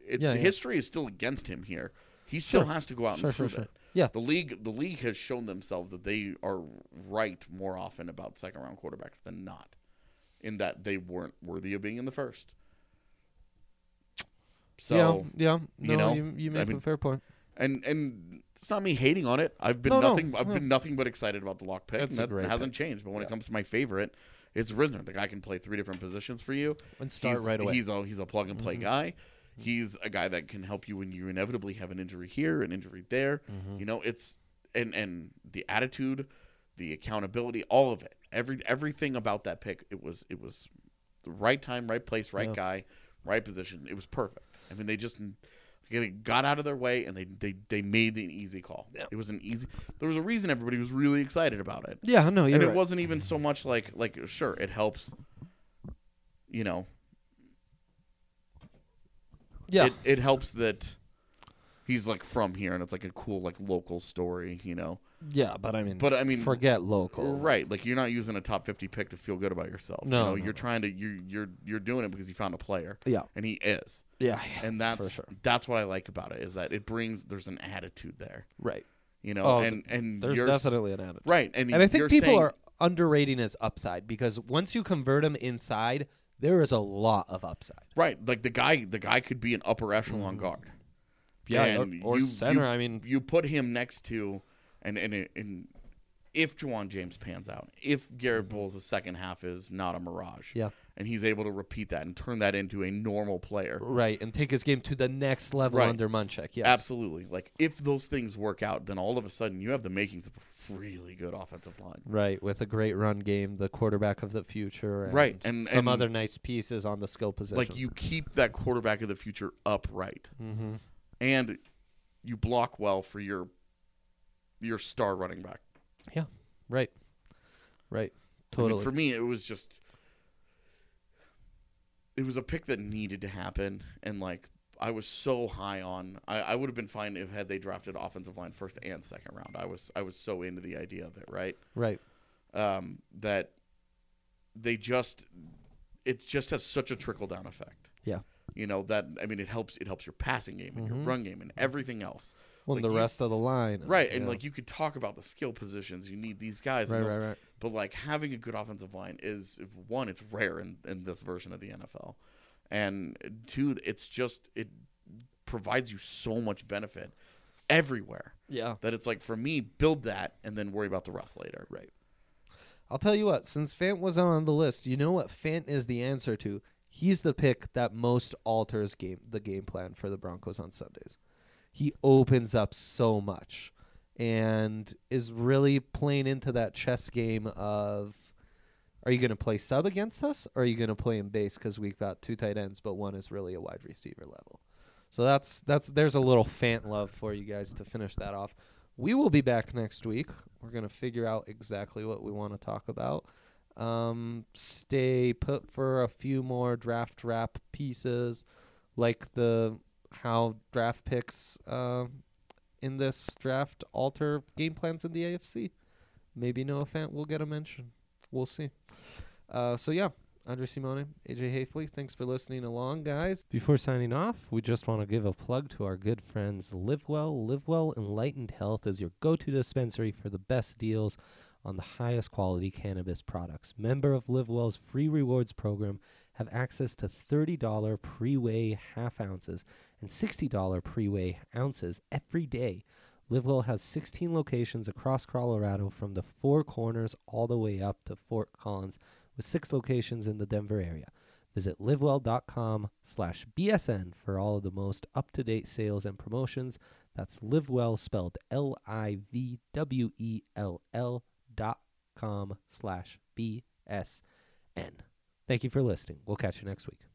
it, Yeah, the yeah. history is still against him here. He still Sure. has to go out Sure, and sure, prove sure. it. Yeah. The league the league has shown themselves that they are right more often about second round quarterbacks than not. In that they weren't worthy of being in the first. So yeah, yeah. No, you know, you, you I make mean- a fair point. and and it's not me hating on it. I've been No, no, nothing I've no. been nothing but excited about the lock pick. That's and a that great hasn't changed. But when it comes to my favorite, it's Risner. The guy can play three different positions for you. And start he's, right away. Mm-hmm. He's a he's a plug and play guy. He's a guy that can help you when you inevitably have an injury here, an injury there. Mm-hmm. You know, it's and and the attitude, the accountability, all of it. Every everything about that pick, it was it was the right time, right place, right guy, right position. It was perfect. I mean, they just they got out of their way and they they, they made an easy call. It was an easy. There was a reason everybody was really excited about it, Yeah, no, you're and it right. wasn't even so much like like sure it helps. You know, yeah, it, it helps that he's like from here and it's like a cool like local story. You know, yeah, but I mean, but I mean, forget local. Right, like you're not using a top fifty pick to feel good about yourself. No, you know? no, you're trying to you're you're you're doing it because you found a player. Yeah. and he is, Yeah, and that's sure. that's what I like about it is that it brings there's an attitude there, right. you know, Oh, and and There's you're, s- definitely an attitude. right, and, And I think you're people saying- are underrating his upside because once you convert him inside, there is a lot of upside. right, like the guy the guy could be an upper echelon guard. And Mm. or, or you- center. you- I mean, you put him next to, and and and if Juwan James pans out, if Garrett Bowles' second half is not a mirage, Mm-hmm. Yeah. and he's able to repeat that and turn that into a normal player. Right, and take his game to the next level Right. under Munchak. Yes. Absolutely. Like if those things work out, then all of a sudden you have the makings of a really good offensive line. Right, with a great run game, the quarterback of the future, and Right, and- some and- other nice pieces on the skill positions. Like you keep that quarterback of the future upright, and you block well for your your star running back. yeah, right, right, I mean, totally. for me, it was just it was a pick that needed to happen, and like I was so high on, I, I would have been fine if had they drafted offensive line first and second round. I was I was so into the idea of it, right? right, Um, that they just it just has such a trickle down effect. yeah. You know that I mean, it helps it helps your passing game and your Mm-hmm. run game and everything else. Well, Like, the you- rest of the line, Right, and Uh, yeah. like you could talk about the skill positions. You need these guys, and Right, those- right, right. But like having a good offensive line is one, it's rare in, in this version of the NFL, and two, it's just it provides you so much benefit everywhere yeah, that it's like for me, build that and then worry about the rest later. right. I'll tell you what. Since Fant was on the list, you know what Fant is the answer to. He's the pick that most alters game the game plan for the Broncos on Sundays. He opens up so much, and is really playing into that chess game of. Are you going to play sub against us, or are you going to play in base because we've got two tight ends, but one is really a wide receiver level? So that's that's there's a little Fant love for you guys to finish that off. We will be back next week. We're gonna figure out exactly what we want to talk about. Um, stay put for a few more draft wrap pieces, like the how draft picks uh, in this draft alter game plans in the AFC. Maybe Noah Fant will get a mention. We'll see. Uh, so yeah, Andre Simone, AJ Hafley, thanks for listening along, guys. Before signing off, we just want to give a plug to our good friends LiveWell. LiveWell Enlightened Health is your go-to dispensary for the best deals on the highest quality cannabis products. Member of LiveWell's free rewards program have access to $30 pre-weigh half ounces and $60 pre-weigh ounces every day. LiveWell has 16 locations across Colorado from the Four Corners all the way up to Fort Collins with six locations in the Denver area. Visit livewell.com slash BSN for all of the most up to date sales and promotions. That's livewell spelled L I V W E L L dot com slash BSN. Thank you for listening. We'll catch you next week.